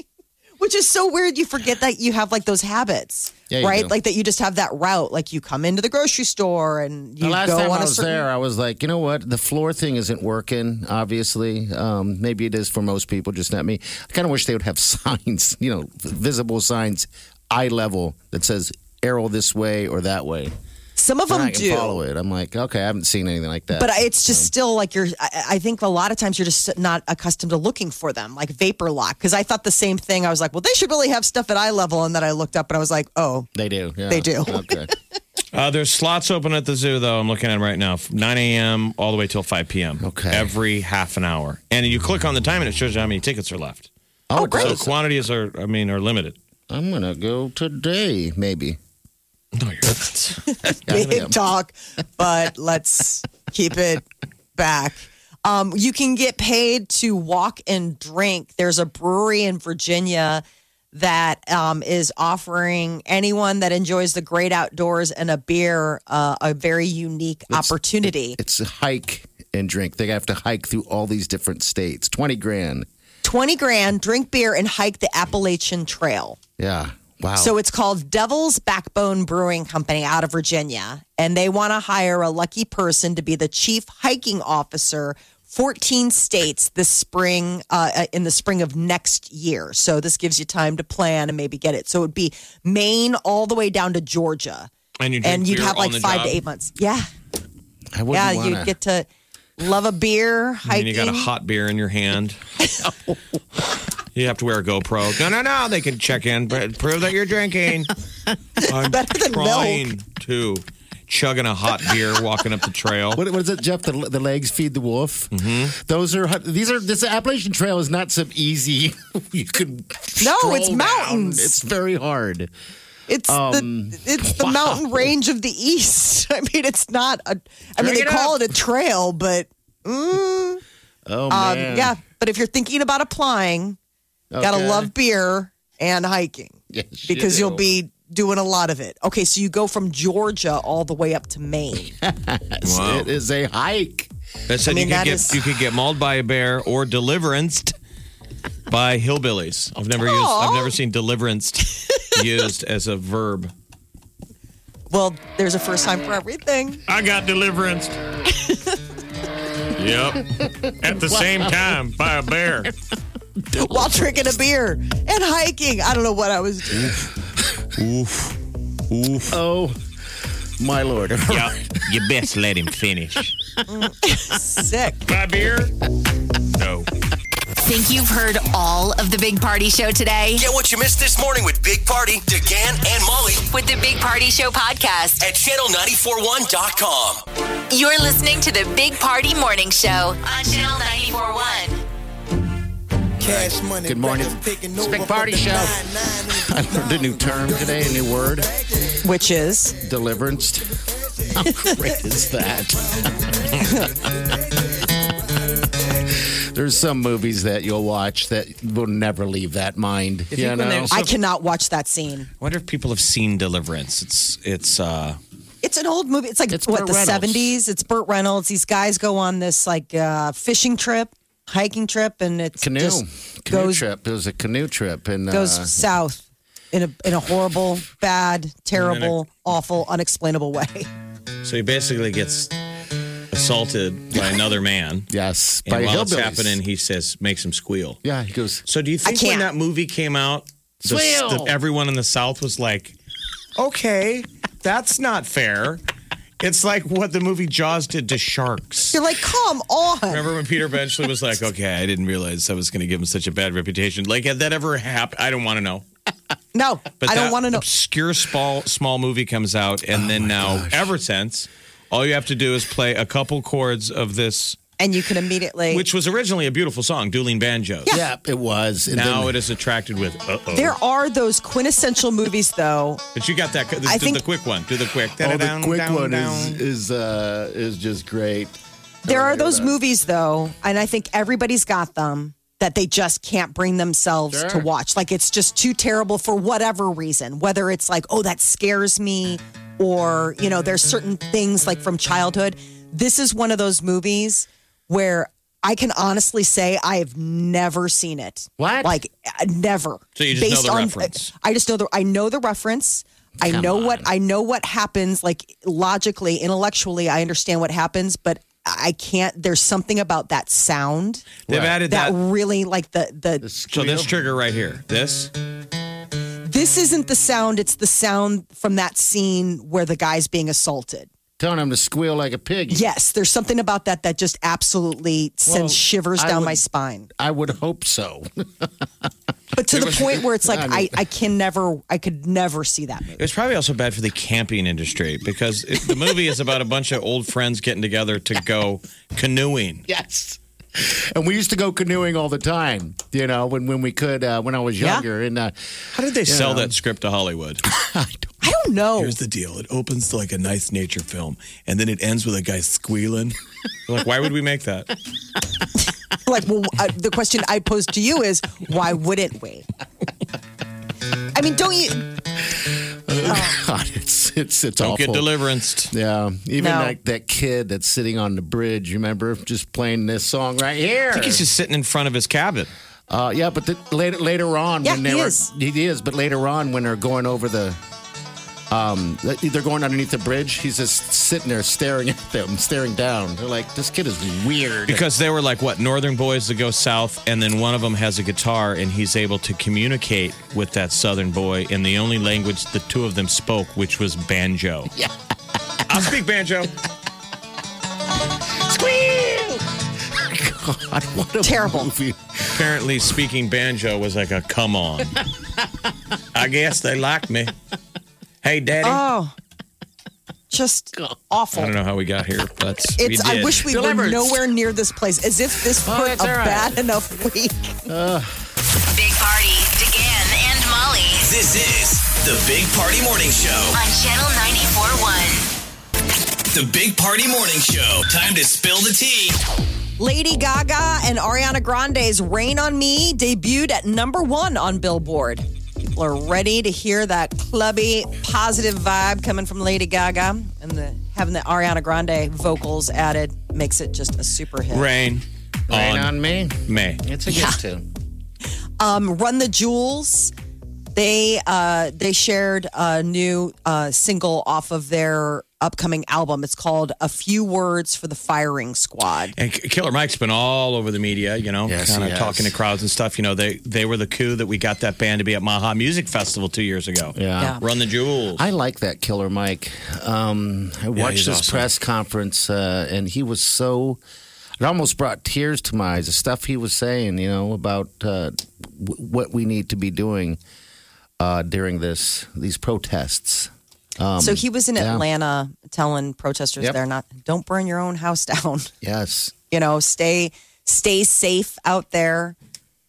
[SPEAKER 6] which is so weird. You forget that you have like those habits,
[SPEAKER 4] Yeah, you
[SPEAKER 6] right?
[SPEAKER 4] do.
[SPEAKER 6] Like that you just have that route. Like you come into the grocery store and you
[SPEAKER 4] the last
[SPEAKER 6] go
[SPEAKER 4] time
[SPEAKER 6] on
[SPEAKER 4] I
[SPEAKER 6] a
[SPEAKER 4] was
[SPEAKER 6] certain.
[SPEAKER 4] there, I was like, you know what? The floor thing isn't working, obviously. Um, maybe it is for most people, just not me. I kind of wish they would have signs, you know, visible signs, eye level that says arrow this way or that way.
[SPEAKER 6] Some of
[SPEAKER 4] Then
[SPEAKER 6] them
[SPEAKER 4] I can
[SPEAKER 6] do.
[SPEAKER 4] follow it. I'm like, okay, I haven't seen anything like that.
[SPEAKER 6] But I- it's just still like you're. I, I think a lot of times you're just not accustomed to looking for them, like vapor lock. Because I thought the same thing. I was like, well, they should really have stuff at eye level, and then I looked up and I was like, oh,
[SPEAKER 4] They do. yeah.
[SPEAKER 6] They do.
[SPEAKER 4] Okay.
[SPEAKER 5] Uh, there's slots open at the zoo, though. I'm looking at them right now, from 9 a.m. all the way till 5 p.m.
[SPEAKER 4] Okay.
[SPEAKER 5] Every half an hour, and you click on the time, and it shows you how many tickets are left.
[SPEAKER 4] Oh, it
[SPEAKER 5] So
[SPEAKER 4] does.
[SPEAKER 5] quantities are, I mean, are limited.
[SPEAKER 4] I'm gonna go today, maybe.
[SPEAKER 5] No, you're not.
[SPEAKER 6] big
[SPEAKER 4] am.
[SPEAKER 6] talk, but let's keep it back. Um, you can get paid to walk and drink. There's a brewery in Virginia that um, is offering anyone that enjoys the great outdoors and a beer uh, a very unique opportunity.
[SPEAKER 4] It's a hike and drink. They have to hike through all these different states. Twenty grand.
[SPEAKER 6] 20 grand, drink beer, and hike the Appalachian Trail.
[SPEAKER 4] Yeah. Wow.
[SPEAKER 6] So it's called Devil's Backbone Brewing Company out of Virginia, and they want to hire a lucky person to be the chief hiking officer. 14 states this spring, uh, in the spring of next year. So this gives you time to plan and maybe get it. So it'd be Maine all the way down to Georgia,
[SPEAKER 5] And you drink
[SPEAKER 6] and you'd
[SPEAKER 5] beer
[SPEAKER 6] have
[SPEAKER 5] on
[SPEAKER 6] like
[SPEAKER 5] the
[SPEAKER 6] five
[SPEAKER 5] job?
[SPEAKER 6] to eight months. Yeah,
[SPEAKER 4] I wouldn't
[SPEAKER 6] yeah,
[SPEAKER 4] wanna-
[SPEAKER 6] you'd get to love a beer,
[SPEAKER 5] I
[SPEAKER 6] hiking.
[SPEAKER 5] mean, you got a hot beer in your hand. you have to wear a GoPro. No, no, no. They can check in, but prove that you're drinking. I'm
[SPEAKER 6] Better than
[SPEAKER 5] trying to chugging a hot beer, walking up the trail.
[SPEAKER 4] What, what is it, Jeff? The, the legs feed the wolf. Mm-hmm. Those are hu- these are this Appalachian Trail is not some easy. you can
[SPEAKER 6] No,
[SPEAKER 4] stroll
[SPEAKER 6] it's
[SPEAKER 4] down.
[SPEAKER 6] mountains.
[SPEAKER 4] It's very hard.
[SPEAKER 6] It's
[SPEAKER 4] Um,
[SPEAKER 6] the it's the mountain range of the east. I mean, it's not a. I mean,
[SPEAKER 4] Drink
[SPEAKER 6] they
[SPEAKER 4] it
[SPEAKER 6] call
[SPEAKER 4] up.
[SPEAKER 6] it a trail, but mm,
[SPEAKER 4] Oh
[SPEAKER 6] um,
[SPEAKER 4] man.
[SPEAKER 6] yeah. But if you're thinking about applying, gotta
[SPEAKER 4] Okay.
[SPEAKER 6] love beer and hiking
[SPEAKER 4] Yes, you
[SPEAKER 6] because
[SPEAKER 4] do.
[SPEAKER 6] you'll be doing a lot of it. Okay, so you go from Georgia all the way up to Maine.
[SPEAKER 5] Wow.
[SPEAKER 4] It is a hike.
[SPEAKER 5] That said,
[SPEAKER 6] I mean,
[SPEAKER 5] you, could
[SPEAKER 6] that
[SPEAKER 5] get,
[SPEAKER 6] is-
[SPEAKER 5] you could get mauled by a bear or deliveranced by hillbillies. I've never used. I've never seen deliveranced used as a verb.
[SPEAKER 6] well, there's a first time for everything.
[SPEAKER 5] I got deliveranced. yep. At the same time by a bear.
[SPEAKER 6] While drinking a beer and hiking, I don't know what I was doing.
[SPEAKER 5] Oof. Oof.
[SPEAKER 4] Oh my lord.
[SPEAKER 5] Yeah, you best let him finish.
[SPEAKER 6] Sick.
[SPEAKER 5] My beer? No.
[SPEAKER 3] Think you've heard all of the Big Party Show today?
[SPEAKER 7] Get what you missed this morning with Big Party, DeGan, and Molly
[SPEAKER 3] With the Big Party Show podcast,
[SPEAKER 7] at channel941.com.
[SPEAKER 3] you're listening to the Big Party Morning Show on Channel 941.
[SPEAKER 4] Cash money. Good morning. It's Big Party Show. I learned a new term today, a new word,
[SPEAKER 6] which is
[SPEAKER 4] deliverance. How great is that? There's some movies that you'll watch that will never leave that mind. You,
[SPEAKER 5] think when
[SPEAKER 4] know,
[SPEAKER 5] they-
[SPEAKER 6] I cannot watch that scene.
[SPEAKER 5] I wonder if people have seen Deliverance. It's it's uh
[SPEAKER 6] It's an old movie. It's like
[SPEAKER 4] It's
[SPEAKER 6] what
[SPEAKER 4] Burt
[SPEAKER 6] the
[SPEAKER 4] Reynolds.
[SPEAKER 6] seventies. It's Burt Reynolds. These guys go on this like uh, fishing trip, hiking trip, and it's
[SPEAKER 4] canoe,
[SPEAKER 6] just
[SPEAKER 4] canoe
[SPEAKER 6] goes
[SPEAKER 4] trip. It was a canoe trip, and
[SPEAKER 6] goes
[SPEAKER 4] uh,
[SPEAKER 6] south in a in a horrible, bad, terrible, awful, unexplainable way.
[SPEAKER 5] so he basically gets assaulted by another man.
[SPEAKER 4] yes,
[SPEAKER 5] And
[SPEAKER 4] by
[SPEAKER 5] while it's
[SPEAKER 4] hillbillies.
[SPEAKER 5] happening, he says makes him squeal.
[SPEAKER 4] Yeah, he goes.
[SPEAKER 5] So do you think when
[SPEAKER 6] can't.
[SPEAKER 5] that movie came out, the,
[SPEAKER 4] Squeal.
[SPEAKER 5] the- everyone in the South was like, "Okay, that's not fair." It's like what the movie Jaws did to sharks.
[SPEAKER 6] You're like, come on.
[SPEAKER 5] Remember when Peter Benchley was like, "Okay, I didn't realize I was going to give him such a bad reputation." Like, had that ever happened? I don't want to know.
[SPEAKER 6] no,
[SPEAKER 5] But
[SPEAKER 6] I
[SPEAKER 5] that
[SPEAKER 6] don't want to know.
[SPEAKER 5] Obscure small small movie comes out, and
[SPEAKER 4] Oh
[SPEAKER 5] then now ever since, all you have to do is play a couple chords of this,
[SPEAKER 6] And you can immediately.
[SPEAKER 5] which was originally a beautiful song, dueling banjos.
[SPEAKER 4] Yeah, it was. And
[SPEAKER 5] Now
[SPEAKER 4] then-
[SPEAKER 5] it is attracted with uh oh.
[SPEAKER 6] there are those quintessential movies, though.
[SPEAKER 5] But you got that. This,
[SPEAKER 6] I
[SPEAKER 5] do
[SPEAKER 6] think-
[SPEAKER 5] the quick one. Do the quick.
[SPEAKER 4] Oh, the
[SPEAKER 5] Down,
[SPEAKER 4] quick
[SPEAKER 5] down,
[SPEAKER 4] one
[SPEAKER 5] down.
[SPEAKER 4] is is uh, is just great.
[SPEAKER 6] There are those
[SPEAKER 4] that.
[SPEAKER 6] movies, though, and I think everybody's got them that they just can't bring themselves to
[SPEAKER 4] Sure.
[SPEAKER 6] watch. Like it's just too terrible for whatever reason, whether it's like, oh, that scares me, or, you know, there's certain things like from childhood. This is one of those movies where I can honestly say I have never seen it.
[SPEAKER 4] What?
[SPEAKER 6] Like, uh, never.
[SPEAKER 5] So you just know the reference.
[SPEAKER 6] I just know the I know the reference. I know what I know what happens. Like logically, intellectually, I understand what happens, but I can't. There's something about that sound
[SPEAKER 5] They've added
[SPEAKER 6] that
[SPEAKER 5] that.
[SPEAKER 6] really like the the.
[SPEAKER 5] so this trigger right here. This.
[SPEAKER 6] This isn't the sound. It's the sound from that scene where the guy's being assaulted.
[SPEAKER 4] telling him to squeal like a pig.
[SPEAKER 6] Yes, there's something about that that just absolutely
[SPEAKER 4] Well,
[SPEAKER 6] sends shivers
[SPEAKER 4] I
[SPEAKER 6] down
[SPEAKER 4] would-
[SPEAKER 6] my spine.
[SPEAKER 4] I would hope so.
[SPEAKER 6] But to the point where it's like I, I can never I could never see that movie.
[SPEAKER 5] It was probably also bad for the camping industry because it, the movie is about a bunch of old friends getting together to go canoeing.
[SPEAKER 4] yes. And we used to go canoeing all the time, you know, when, when we could, uh, when I was
[SPEAKER 6] Yeah.
[SPEAKER 4] younger. And uh,
[SPEAKER 5] How did they sell that script to Hollywood?
[SPEAKER 6] I don't know.
[SPEAKER 5] Here's the deal: it opens like a nice nature film, and then it ends with a guy squealing. like, why would we make that?
[SPEAKER 6] like well uh, the question i pose to you is why wouldn't we i mean don't you
[SPEAKER 4] God, it's it's it's
[SPEAKER 5] Don't
[SPEAKER 4] awful.
[SPEAKER 5] get deliverance.
[SPEAKER 4] yeah, even
[SPEAKER 6] No.
[SPEAKER 4] like that kid that's sitting on the bridge. You remember just playing this song right here?
[SPEAKER 5] I think he's just sitting in front of his cabin.
[SPEAKER 4] uh, yeah, but the, later later on
[SPEAKER 6] Yeah,
[SPEAKER 4] when they
[SPEAKER 6] he
[SPEAKER 4] were
[SPEAKER 6] is.
[SPEAKER 4] he is, but later on when they're going over the. Um, they're going underneath the bridge. He's just sitting there staring at them, staring down. They're like, "This kid is weird."
[SPEAKER 5] Because they were like what northern boys that go south, and then one of them has a guitar, and he's able to communicate with that southern boy in the only language the two of them spoke, which was banjo. Yeah, I speak banjo.
[SPEAKER 4] Squeal! God, what a
[SPEAKER 6] Terrible.
[SPEAKER 4] movie.
[SPEAKER 5] Apparently, speaking banjo was like a come on. I guess they like me. Hey, daddy.
[SPEAKER 6] oh just awful
[SPEAKER 5] I don't know how we got here, but we
[SPEAKER 6] it's i
[SPEAKER 5] did.
[SPEAKER 6] wish we were
[SPEAKER 4] Deliverance.
[SPEAKER 6] nowhere near this place as if this
[SPEAKER 4] Oh,
[SPEAKER 6] were
[SPEAKER 4] it's
[SPEAKER 6] a
[SPEAKER 4] all right.
[SPEAKER 6] bad enough week
[SPEAKER 3] Big Party, DeGan and Molly
[SPEAKER 7] This is the Big Party Morning Show.
[SPEAKER 3] on Channel 94.1.
[SPEAKER 7] The Big Party Morning Show. Time to spill the tea.
[SPEAKER 6] lady gaga and ariana grande's rain on me debuted at number one on billboard people are ready to hear that clubby positive vibe coming from lady gaga and the having the ariana grande vocals added makes it just a super hit
[SPEAKER 5] rain
[SPEAKER 4] Rain
[SPEAKER 5] on,
[SPEAKER 4] on me.
[SPEAKER 5] May.
[SPEAKER 4] It's a good tune.
[SPEAKER 6] um, Run the Jewels. They uh, they shared a new uh, single off of their upcoming album. It's called "A Few Words for the Firing Squad."
[SPEAKER 5] And K- Killer Mike's been all over the media, you know,
[SPEAKER 4] Yes,
[SPEAKER 5] kind of
[SPEAKER 4] he has.
[SPEAKER 5] talking to crowds and stuff. You know, they they were the coup that we got that band to be at Maha Music Festival two years ago.
[SPEAKER 6] Yeah.
[SPEAKER 5] Run the Jewels.
[SPEAKER 4] I like that Killer Mike. Um, I watched
[SPEAKER 5] he's
[SPEAKER 4] his
[SPEAKER 5] awesome.
[SPEAKER 4] press conference, uh, and he was so. It almost brought tears to my eyes. The stuff he was saying, you know, about uh, w- what we need to be doing uh, during this these protests.
[SPEAKER 6] so he was in
[SPEAKER 4] Um, yeah.
[SPEAKER 6] Atlanta telling protesters
[SPEAKER 4] Yep.
[SPEAKER 6] they're not don't burn your own house down.
[SPEAKER 4] Yes,
[SPEAKER 6] You know, stay stay safe out there.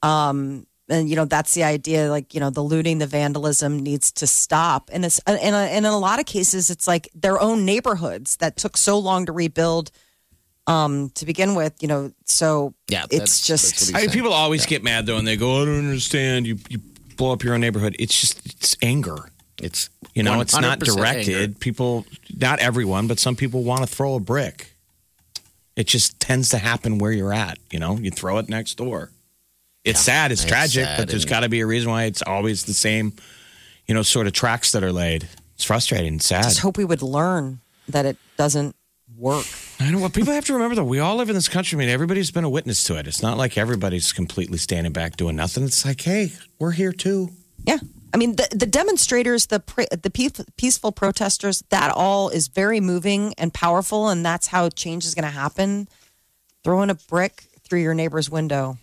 [SPEAKER 6] Um, and you know that's the idea like you know the looting the vandalism needs to stop and it's and, and in a lot of cases it's like their own neighborhoods that took so long to rebuild um to begin with you know so
[SPEAKER 4] Yeah,
[SPEAKER 6] it's
[SPEAKER 4] that's-
[SPEAKER 6] just
[SPEAKER 4] that's what
[SPEAKER 5] I mean, people always get mad though, and they go, "I don't understand." You you blow up your own neighborhood. It's just it's anger.
[SPEAKER 4] It's
[SPEAKER 5] You know, it's not
[SPEAKER 4] 100%
[SPEAKER 5] directed.
[SPEAKER 4] anger.
[SPEAKER 5] People, not everyone, but some people want to throw a brick. It just tends to happen where you're at. You know, you throw it next door. It's sad. It's,
[SPEAKER 4] it's
[SPEAKER 5] tragic,
[SPEAKER 4] sad,
[SPEAKER 5] but there's
[SPEAKER 4] and-
[SPEAKER 5] got to be a reason why it's always the same. You know, sort of tracks that are laid. It's frustrating. and sad.
[SPEAKER 6] just hope we would learn that it doesn't work
[SPEAKER 5] I know. Well, people have to remember though, we all live in this country. I mean, everybody's been a witness to it. It's not like everybody's completely standing back doing nothing. It's like, hey, we're here too.
[SPEAKER 6] yeah i mean the, the demonstrators the pre, the peace- peaceful protesters that all is very moving and powerful and that's how change is going to happen throwing a brick through your neighbor's window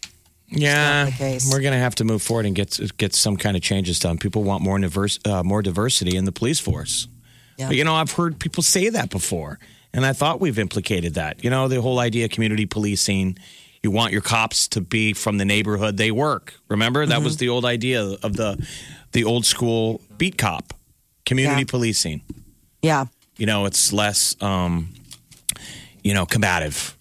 [SPEAKER 5] Yeah,
[SPEAKER 6] not the case.
[SPEAKER 5] we're going to have to move forward and get get some kind of changes done. People want more diverse, uh, more diversity in the police force.
[SPEAKER 6] Yeah.
[SPEAKER 5] But, you know, I've heard people say that before, and I thought we've implicated that. You know, the whole idea of community policing. You want your cops to be from the neighborhood they work. Remember
[SPEAKER 6] Mm-hmm.
[SPEAKER 5] that was the old idea of the the old school beat cop, community
[SPEAKER 6] Yeah.
[SPEAKER 5] policing.
[SPEAKER 6] yeah
[SPEAKER 5] you know, it's less, um, you know, combative.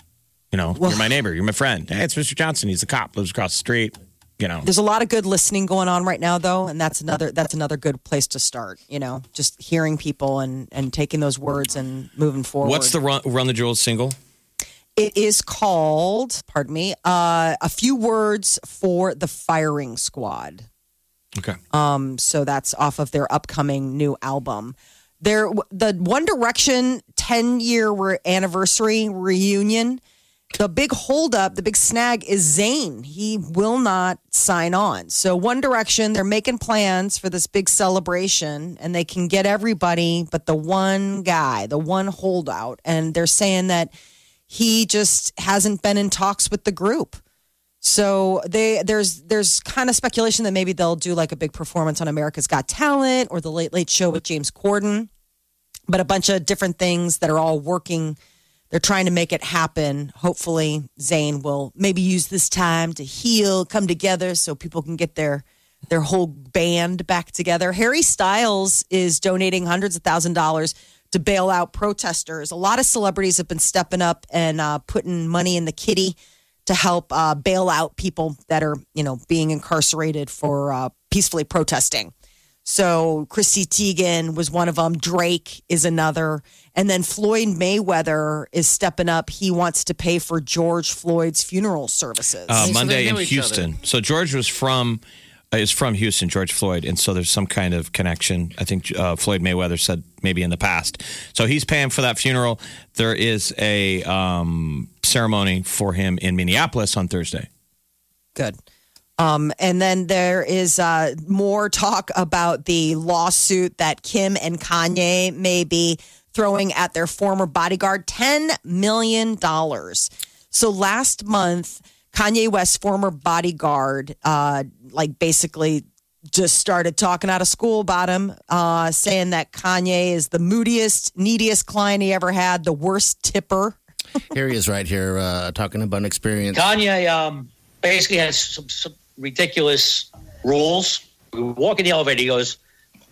[SPEAKER 5] You know, you're my neighbor, you're my friend. Hey, it's Mr. Johnson. He's a cop, lives across the street. You know,
[SPEAKER 6] There's a lot of good listening going on right now, though, and that's another that's another good place to start. You know, just hearing people and and taking those words and moving forward.
[SPEAKER 5] what's the run, run the jewels single?
[SPEAKER 6] It is called, pardon me, uh, a few words for the firing squad.
[SPEAKER 5] Okay,
[SPEAKER 6] Um, so that's off of their upcoming new album. Their the One Direction 10 year re- anniversary reunion. The big holdup, the big snag is Zayn. He will not sign on. So One Direction, they're making plans for this big celebration, and they can get everybody but the one guy, the one holdout, and they're saying that he just hasn't been in talks with the group. So they there's there's kind of speculation that maybe they'll do like a big performance on America's Got Talent or the Late Late Show with James Corden, but a bunch of different things that are all working. They're trying to make it happen. Hopefully, Zayn will maybe use this time to heal, come together, so people can get their their whole band back together. Harry Styles is donating hundreds of thousand dollars to bail out protesters. A lot of celebrities have been stepping up and uh, putting money in the kitty to help uh, bail out people that are, you know, being incarcerated for uh, peacefully protesting. So Chrissy Teigen was one of them. Drake is another, and then Floyd Mayweather is stepping up. He wants to pay for George Floyd's funeral services.
[SPEAKER 5] uh,
[SPEAKER 4] so
[SPEAKER 5] Monday
[SPEAKER 4] they
[SPEAKER 5] in
[SPEAKER 4] know each other.
[SPEAKER 5] Houston. So George was from uh, is from Houston, George Floyd, and so there's some kind of connection. I think uh, Floyd Mayweather said maybe in the past. So he's paying for that funeral. There is a um, ceremony for him in Minneapolis on Thursday.
[SPEAKER 6] Good. Um, and then there is uh, more talk about the lawsuit that Kim and Kanye may be throwing at their former bodyguard $10 million. So last month, Kanye West's former bodyguard, uh, like basically just started talking out of school about him, uh, saying that Kanye is the moodiest, neediest client he ever had, the worst tipper.
[SPEAKER 4] Here he is, right here, uh, talking about experience.
[SPEAKER 8] Kanye um, basically has some, some ridiculous rules. We walk in the elevator, he goes,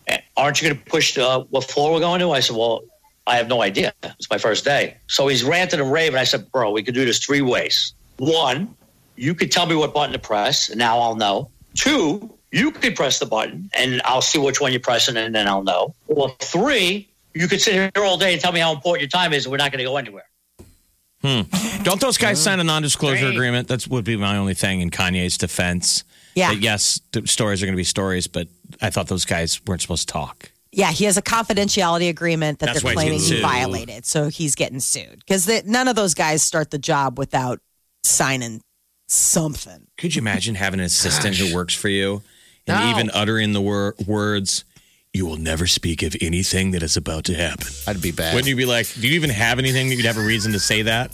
[SPEAKER 8] "Eh, Aren't you going to push the, uh, what floor we're going to? I said, Well, I have no idea. It's my first day. So he's ranting and raving. I said, Bro, we could do this three ways. One, you could tell me what button to press, and now I'll know. Two, you could press the button, and I'll see which one you're pressing, and then I'll know. Or three, you could sit here all day and tell me how important your time is, and we're not going to go anywhere.
[SPEAKER 5] Don't those guys
[SPEAKER 4] Oh.
[SPEAKER 5] sign a non-disclosure agreement? That would be my only thing in Kanye's defense.
[SPEAKER 6] Yeah.
[SPEAKER 5] That yes, th- stories are going to be stories, but I thought those guys weren't supposed to talk.
[SPEAKER 6] Yeah, he has a confidentiality agreement that
[SPEAKER 5] That's
[SPEAKER 6] they're
[SPEAKER 5] why he's
[SPEAKER 6] claiming
[SPEAKER 5] getting
[SPEAKER 6] he
[SPEAKER 5] sued.
[SPEAKER 6] violated. So he's getting sued because none of those guys start the job without signing something.
[SPEAKER 5] Could you imagine having an assistant who works for you and
[SPEAKER 4] No.
[SPEAKER 5] even uttering the wor- words, "You will never speak of anything that is about to happen."
[SPEAKER 4] I'd be bad.
[SPEAKER 5] Wouldn't you be like, "Do you even have anything that you'd have a reason to say that?"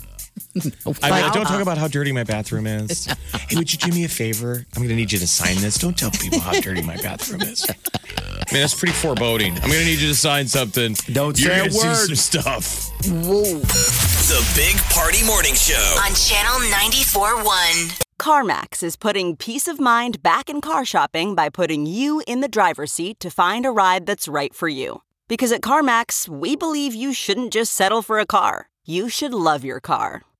[SPEAKER 5] I mean,
[SPEAKER 6] Like-
[SPEAKER 5] don't talk about how dirty my bathroom is. hey, would you do me a favor? I'm going to need you to sign this. Don't tell people how dirty my bathroom is. I mean, that's pretty foreboding. I'm going to need you to sign something.
[SPEAKER 4] Don't
[SPEAKER 5] You're
[SPEAKER 4] say a
[SPEAKER 5] gonna see
[SPEAKER 4] word.
[SPEAKER 5] some stuff.
[SPEAKER 7] The Big Party Morning Show.
[SPEAKER 3] on Channel 94.1.
[SPEAKER 9] CarMax is putting peace of mind back in car shopping by putting you in the driver's seat to find a ride that's right for you. Because at CarMax, we believe you shouldn't just settle for a car, you should love your car.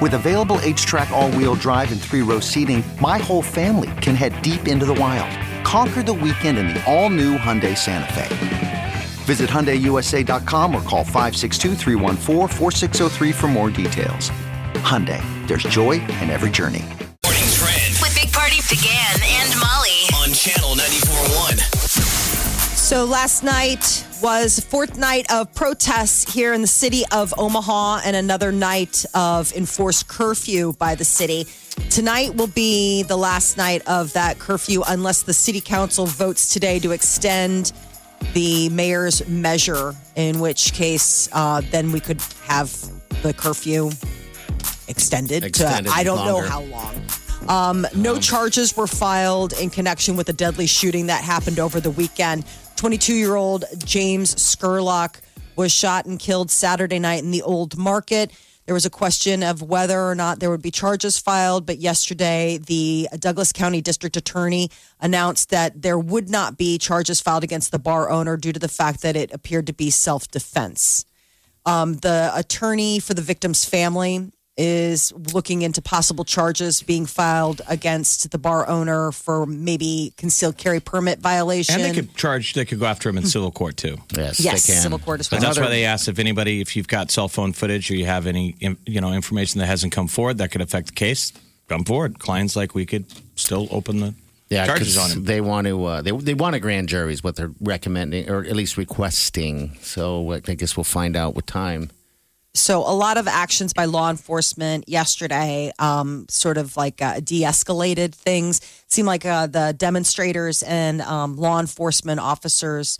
[SPEAKER 10] With available H track, all wheel drive, and three row seating, my whole family can head deep into the wild. Conquer the weekend in the all new Hyundai Santa Fe. Visit HyundaiUSA.com or call 562-314-4603 for more details. Hyundai, there's joy in every journey.
[SPEAKER 3] With Big Party began and Molly
[SPEAKER 7] on Channel 94.1.
[SPEAKER 6] So last night was fourth night of protests here in the city of Omaha and another night of enforced curfew by the city. Tonight will be the last night of that curfew unless the city council votes today to extend the mayor's measure, in which case uh, then we could have the curfew extended,
[SPEAKER 11] Extended
[SPEAKER 6] to I don't know
[SPEAKER 11] longer.
[SPEAKER 6] how long. Um, no charges were filed in connection with the deadly shooting that happened over the weekend. 22 year old James Skurlock was shot and killed Saturday night in the Old Market. There was a question of whether or not there would be charges filed, but yesterday the Douglas County District Attorney announced that there would not be charges filed against the bar owner due to the fact that it appeared to be self defense. Um, the attorney for the victim's family is looking into possible charges being filed against the bar owner for maybe concealed carry permit violation.
[SPEAKER 5] And they could charge, they could go after him in civil court too.
[SPEAKER 4] Yes,
[SPEAKER 6] they Yes, can. civil court is
[SPEAKER 5] But that's
[SPEAKER 6] fine.
[SPEAKER 5] why they asked if anybody, if you've got cell phone footage or you have any, im- you know, information that hasn't come forward that could affect the case, come forward. Clients like we could still open the
[SPEAKER 4] Yeah,
[SPEAKER 5] charges
[SPEAKER 4] 'cause
[SPEAKER 5] on him.
[SPEAKER 4] They want to. Uh, they they want a grand jury is what they're recommending, or at least requesting. So uh, I guess we'll find out with time.
[SPEAKER 6] So a lot of actions by law enforcement yesterday, um, sort of like uh, de-escalated things. seemed like uh, the demonstrators and um, law enforcement officers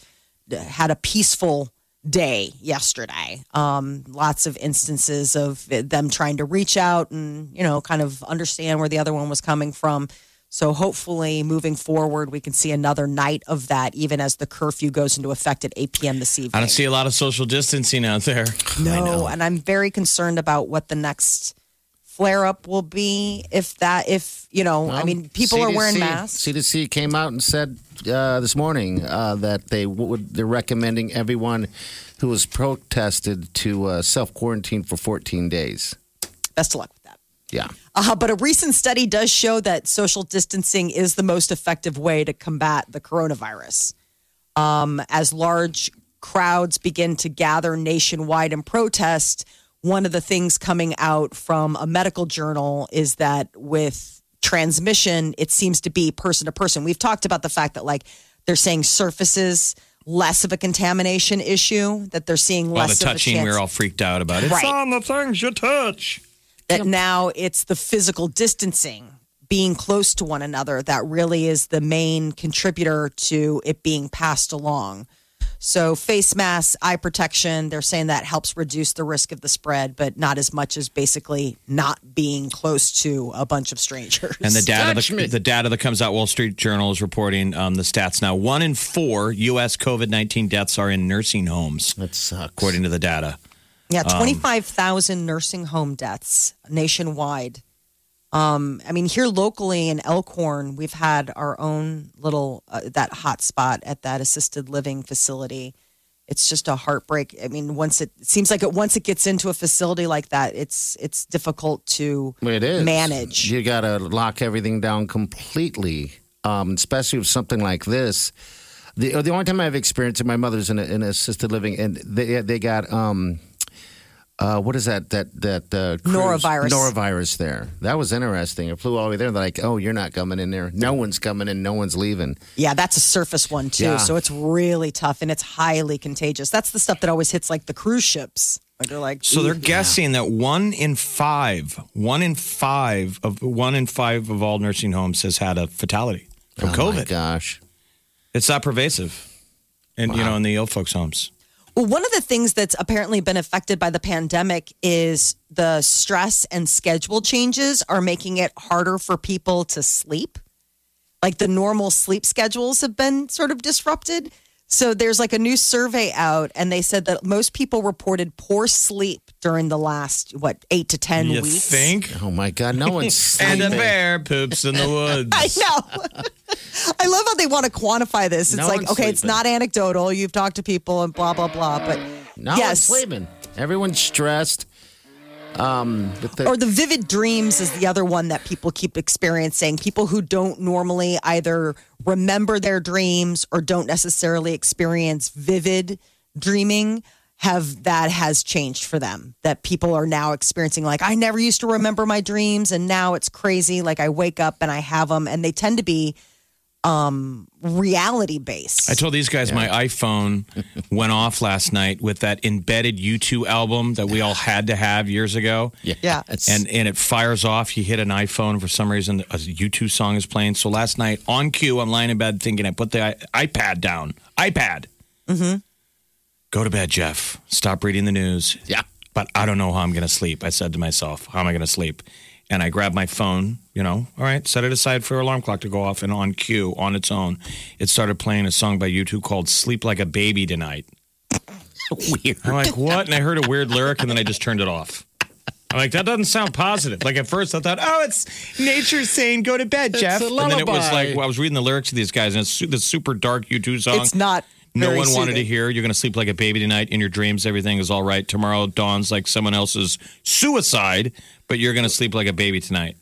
[SPEAKER 6] uh, had a peaceful day yesterday. Um, lots of instances of them trying to reach out and you know kind of understand where the other one was coming from. So hopefully, moving forward, we can see another night of that, even as the curfew goes into effect at 8 p.m. this evening.
[SPEAKER 5] I don't see a lot of social distancing out there.
[SPEAKER 6] No, and I'm very concerned about what the next flare up will be. If that, if you know, I
[SPEAKER 4] Well,
[SPEAKER 6] mean,
[SPEAKER 5] Um,
[SPEAKER 6] people are wearing
[SPEAKER 4] CDC
[SPEAKER 6] masks.
[SPEAKER 4] CDC came out and said uh, this morning uh, that they would they're recommending everyone who was protested to uh, self quarantine for 14 days.
[SPEAKER 6] Best of luck with
[SPEAKER 4] that. Yeah.
[SPEAKER 6] Uh, but a recent study does show that social distancing is the most effective way to combat the coronavirus. Um, as large crowds begin to gather nationwide in protest, one of the things coming out from a medical journal is that with transmission, it seems to be person to person. We've talked about the fact that, like, they're saying surfaces less of a contamination issue, that they're seeing
[SPEAKER 5] All the
[SPEAKER 6] less of a
[SPEAKER 5] touching,
[SPEAKER 6] chance-
[SPEAKER 5] we were all freaked out about. It's
[SPEAKER 6] Right.
[SPEAKER 5] on the things you touch.
[SPEAKER 6] that now it's the physical distancing, being close to one another, that really is the main contributor to it being passed along. So, face masks, eye protection, they're saying that helps reduce the risk of the spread, but not as much as basically not being close to a bunch of strangers.
[SPEAKER 5] And the data, the, the data that comes out, Wall Street Journal is reporting um, the stats now. One in four U.S. COVID nineteen deaths are in nursing homes. That
[SPEAKER 4] sucks,
[SPEAKER 5] according to the data.
[SPEAKER 6] Yeah,
[SPEAKER 5] Um,
[SPEAKER 6] 25,000 nursing home deaths nationwide. Um, I mean, here locally in Elkhorn, we've had our own little uh, that hot spot at that assisted living facility. It's just a heartbreak. I mean, once it, it seems like it once it gets into a facility like that, it's it's difficult to
[SPEAKER 4] It is.
[SPEAKER 6] manage.
[SPEAKER 4] You got to lock everything down completely, um, especially with something like this. The, the only time I've experienced it, my mother's in, a, in assisted living, and they they got um, uh, what is that that that uh, cruise-
[SPEAKER 6] Norovirus.
[SPEAKER 4] norovirus there. That was interesting. It flew all the way there. They're like, oh, you're not coming in there. No one's coming in. No one's leaving.
[SPEAKER 6] Yeah, that's a surface one too.
[SPEAKER 4] Yeah.
[SPEAKER 6] So it's really tough and it's highly contagious. That's the stuff that always hits like the cruise ships. Like they're like,
[SPEAKER 5] So they're
[SPEAKER 6] "Ew."
[SPEAKER 5] guessing that one in five, one in five of one in five of all nursing homes has had a fatality
[SPEAKER 4] Oh
[SPEAKER 5] from COVID.
[SPEAKER 4] gosh,
[SPEAKER 5] it's that pervasive, and you know, in the old folks' homes.
[SPEAKER 6] Well, one of the things that's apparently been affected by the pandemic is the stress and schedule changes are making it harder for people to sleep. Like the normal sleep schedules have been sort of disrupted. So there's like a new survey out, and they said that most people reported poor sleep during the last, what, eight to 10
[SPEAKER 4] You
[SPEAKER 6] weeks?
[SPEAKER 4] think? Oh my God, no one's
[SPEAKER 5] and a
[SPEAKER 4] sleeping.
[SPEAKER 5] bear poops in the woods.
[SPEAKER 6] I know. I love how they want to quantify this. It's
[SPEAKER 4] No
[SPEAKER 6] like,
[SPEAKER 4] one's
[SPEAKER 6] okay, it's
[SPEAKER 4] sleeping.
[SPEAKER 6] not anecdotal. You've talked to people and blah, blah, blah. But
[SPEAKER 4] No
[SPEAKER 6] yes.
[SPEAKER 4] one's sleeping. Everyone's stressed. Um, with the,
[SPEAKER 6] or the vivid dreams is the other one that people keep experiencing. People who don't normally either remember their dreams or don't necessarily experience vivid dreaming have that has changed for them that people are now experiencing like I never used to remember my dreams and now it's crazy like I wake up and I have them and they tend to be um reality based.
[SPEAKER 5] I told these guys my iPhone went off last night with that embedded U2 album that we all had to have years ago.
[SPEAKER 6] Yeah.
[SPEAKER 5] And and it fires off. You hit an iPhone for some reason. A U2 song is playing. So last night on cue, I'm lying in bed thinking I put the i- iPad down. iPad.
[SPEAKER 6] Mhm.
[SPEAKER 5] Go to bed, Jeff. Stop reading the news.
[SPEAKER 4] Yeah.
[SPEAKER 5] But I don't know how I'm going to sleep. I said to myself, how am I going to sleep? And I grabbed my phone, you know, all right, set it aside for alarm clock to go off. And on cue, on its own, it started playing a song by U2 called Sleep Like a Baby Tonight.
[SPEAKER 4] Weird.
[SPEAKER 5] I'm like, what? And I heard a weird lyric and then I just turned it off. I'm like, that doesn't sound positive. Like at first I thought, oh, it's nature saying go to bed,
[SPEAKER 11] It's
[SPEAKER 5] Jeff.
[SPEAKER 11] a
[SPEAKER 5] And then it was
[SPEAKER 11] lullaby.
[SPEAKER 5] like, well, I was reading the lyrics of these guys and it's su- this super dark U2 song.
[SPEAKER 6] It's not
[SPEAKER 5] No
[SPEAKER 6] very
[SPEAKER 5] one wanted to
[SPEAKER 6] soothing.
[SPEAKER 5] hear. You're going to sleep like a baby tonight. In your dreams, everything is all right. Tomorrow dawns like someone else's suicide, but you're going to sleep like a baby tonight.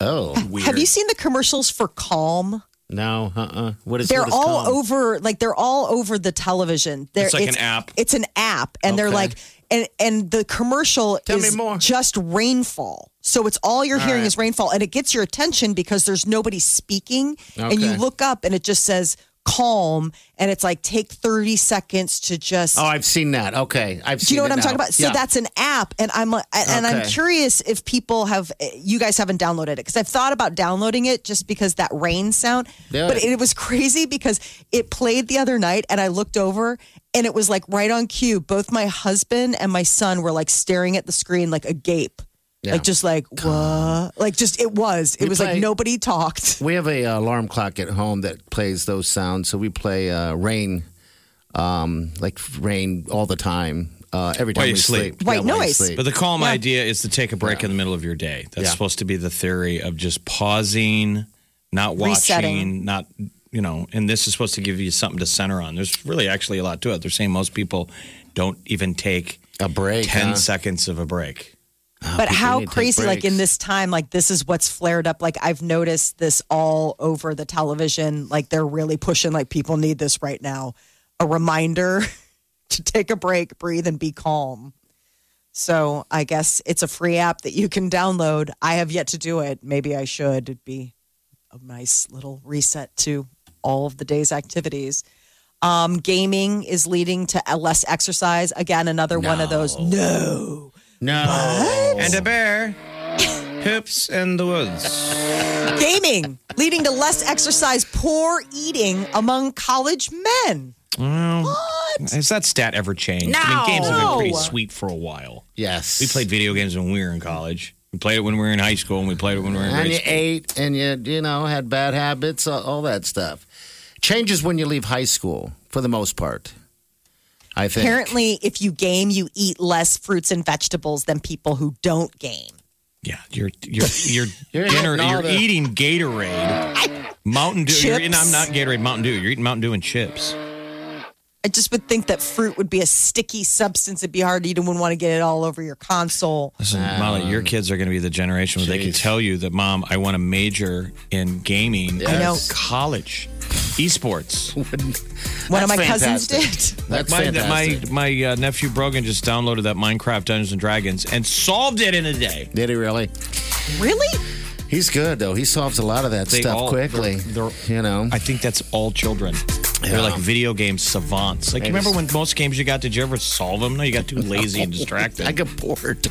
[SPEAKER 4] Oh,
[SPEAKER 5] weird.
[SPEAKER 6] Have you seen the commercials for Calm?
[SPEAKER 4] no, uh, uh What is
[SPEAKER 6] they're
[SPEAKER 4] what is
[SPEAKER 6] all
[SPEAKER 4] called?
[SPEAKER 6] over like they're all over the television They're-
[SPEAKER 4] It's like an app.
[SPEAKER 6] it's an app and they're
[SPEAKER 4] Okay.
[SPEAKER 6] like and and the commercial
[SPEAKER 4] Tell me
[SPEAKER 6] is just rainfall so it's all you're
[SPEAKER 4] All
[SPEAKER 6] hearing
[SPEAKER 4] right.
[SPEAKER 6] is rainfall and it gets your attention because there's nobody speaking and you
[SPEAKER 4] Okay.
[SPEAKER 6] look up and it just says calm and it's like take 30 seconds to just
[SPEAKER 4] Oh, I've seen that. Okay, I've.
[SPEAKER 6] do you
[SPEAKER 4] seen
[SPEAKER 6] know what
[SPEAKER 4] it
[SPEAKER 6] I'm
[SPEAKER 4] now.
[SPEAKER 6] talking about? So
[SPEAKER 4] Yeah.
[SPEAKER 6] that's an app, and I'm uh, and I'm
[SPEAKER 4] Okay.
[SPEAKER 6] curious if people have you guys haven't downloaded it because I've thought about downloading it just because that rain sound.
[SPEAKER 4] Yeah.
[SPEAKER 6] But it was crazy because it played the other night, and I looked over, and it was like right on cue. Both my husband and my son were like staring at the screen like agape,
[SPEAKER 4] Yeah.
[SPEAKER 6] like just like what? Like just it was. It
[SPEAKER 4] We
[SPEAKER 6] was
[SPEAKER 4] play-
[SPEAKER 6] like nobody talked.
[SPEAKER 4] We have a uh, alarm clock at home that plays those sounds. So we play uh, rain, um, like rain all the time. Uh, every time
[SPEAKER 5] While
[SPEAKER 4] we
[SPEAKER 5] you sleep.
[SPEAKER 4] sleep. Yeah, while you sleep.
[SPEAKER 5] But the calm idea is to take a break in the middle of your day. That's
[SPEAKER 4] Yeah.
[SPEAKER 5] supposed to be the theory of just pausing, not watching,
[SPEAKER 6] Resetting.
[SPEAKER 5] not you know, and this is supposed to give you something to center on. There's really actually a lot to it. They're saying most people don't even take
[SPEAKER 4] a break.
[SPEAKER 5] Ten
[SPEAKER 4] huh?
[SPEAKER 5] seconds of a break.
[SPEAKER 6] but
[SPEAKER 5] people
[SPEAKER 6] how
[SPEAKER 5] need to take
[SPEAKER 6] crazy like in
[SPEAKER 5] breaks.
[SPEAKER 6] this time like this is what's flared up like i've noticed this all over the television like they're really pushing like people need this right now a reminder to take a break breathe and be calm so i guess it's a free app that you can download i have yet to do it maybe i should it'd be a nice little reset to all of the day's activities um, gaming is leading to uh, less exercise again another one of those no
[SPEAKER 4] No.
[SPEAKER 5] And a bear poops in the woods.
[SPEAKER 6] Gaming leading to less exercise, poor eating among college men.
[SPEAKER 5] What? Has that stat ever changed? I
[SPEAKER 6] No.
[SPEAKER 5] mean, games have been pretty
[SPEAKER 6] No.
[SPEAKER 5] sweet for a while.
[SPEAKER 4] Yes.
[SPEAKER 5] We played video games when we were in college. We played it when we were in high school, and we played it when we were in
[SPEAKER 4] and
[SPEAKER 5] grade
[SPEAKER 4] you
[SPEAKER 5] school.
[SPEAKER 4] ate and you you know had bad habits all, all that stuff changes when you leave high school for the most part i think
[SPEAKER 6] Apparently, if you game, you eat less fruits and vegetables than people who don't game.
[SPEAKER 5] Yeah, you're you're you're
[SPEAKER 6] You're
[SPEAKER 5] dinner.
[SPEAKER 6] hitting all
[SPEAKER 5] You're
[SPEAKER 6] the-
[SPEAKER 5] eating Gatorade, Mountain Dew. You're eating,
[SPEAKER 6] Chips.
[SPEAKER 5] I'm not Gatorade, Mountain Dew. You're eating Mountain Dew and chips.
[SPEAKER 6] I just would think that fruit would be a sticky substance. It'd be hard to eat and wouldn't want to get it all over your console.
[SPEAKER 5] Listen, Molly, your kids are going to be the generation where they can tell you that, Mom, I want to major in gaming.
[SPEAKER 6] I know.
[SPEAKER 5] at college, esports.
[SPEAKER 6] One of my cousins did.
[SPEAKER 5] Like my, my my uh, nephew Brogan just downloaded that Minecraft Dungeons and Dragons and solved it in a day.
[SPEAKER 4] Did he really?
[SPEAKER 6] Really?
[SPEAKER 4] He's good though. He solves a lot of that
[SPEAKER 5] They
[SPEAKER 4] stuff
[SPEAKER 5] all-
[SPEAKER 4] quickly. you know,
[SPEAKER 5] I think that's all children. They're like video game savants. Like, you remember when most games you got, did you ever solve them? No, you got too lazy and distracted. I
[SPEAKER 4] got bored.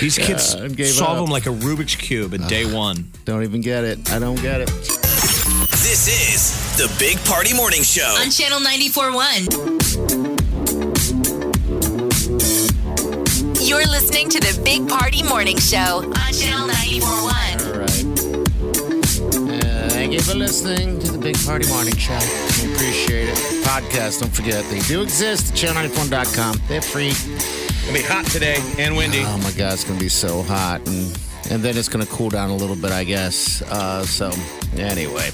[SPEAKER 5] These
[SPEAKER 4] Yeah,
[SPEAKER 5] kids
[SPEAKER 4] I gave
[SPEAKER 5] solve
[SPEAKER 4] up.
[SPEAKER 5] them like a Rubik's Cube at day one.
[SPEAKER 4] Don't even get it. I don't get it.
[SPEAKER 7] This is the Big Party Morning Show.
[SPEAKER 3] On Channel 94.1. You're listening to the Big Party Morning Show on Channel 94.1.
[SPEAKER 4] All right. Uh, thank you for listening to the Big Party Morning Show. We appreciate it. Podcast, don't forget, they do exist at channel94.com. They're free.
[SPEAKER 5] It'll be hot today and windy.
[SPEAKER 4] Oh my God, it's going to be so hot. And, and then it's going to cool down a little bit, I guess. Uh, so, anyway.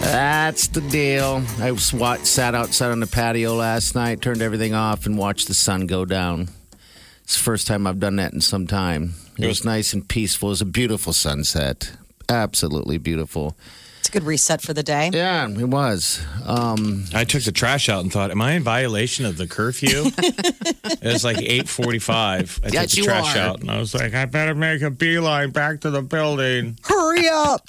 [SPEAKER 4] That's the deal. I was wa- sat outside on the patio last night, turned everything off, and watched the sun go down. It's the first time I've done that in some time. It was nice and peaceful. It was a beautiful sunset. Absolutely beautiful.
[SPEAKER 6] It's a good reset for the day.
[SPEAKER 4] Yeah, it was. Um,
[SPEAKER 5] I took the trash out and thought, am I in violation of the curfew? it was like 8.45. I
[SPEAKER 4] Yes,
[SPEAKER 5] took the
[SPEAKER 4] you
[SPEAKER 5] trash
[SPEAKER 4] are.
[SPEAKER 5] out and I was like, I better make a beeline back to the building.
[SPEAKER 6] Hurry up.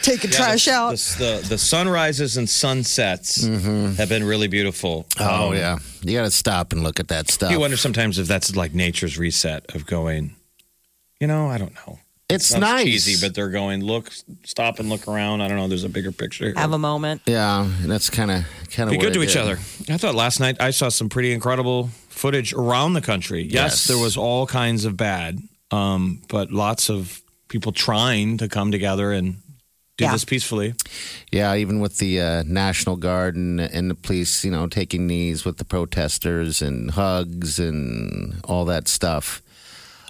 [SPEAKER 6] Take the
[SPEAKER 5] Yeah,
[SPEAKER 6] trash
[SPEAKER 5] the-
[SPEAKER 6] out.
[SPEAKER 5] The, the, the sunrises and sunsets have been really beautiful.
[SPEAKER 4] Oh,
[SPEAKER 5] Um,
[SPEAKER 4] yeah. You got to stop and look at that stuff.
[SPEAKER 5] You wonder sometimes if that's like nature's reset of going, you know, I don't know.
[SPEAKER 4] It's
[SPEAKER 5] Sounds
[SPEAKER 4] nice.
[SPEAKER 5] cheesy, but they're going, look, stop and look around. I don't know. There's a bigger picture. here."
[SPEAKER 6] Have a moment.
[SPEAKER 4] yeah, and that's kind of kind of
[SPEAKER 5] Be good to each other. I thought last night I saw some pretty incredible footage around the country. Yes,
[SPEAKER 4] Yes.
[SPEAKER 5] there was all kinds of bad, um, but lots of people trying to come together and do
[SPEAKER 6] Yeah.
[SPEAKER 5] this peacefully.
[SPEAKER 4] Yeah, even with the uh, National Guard and, and the police, you know, taking knees with the protesters and hugs and all that stuff.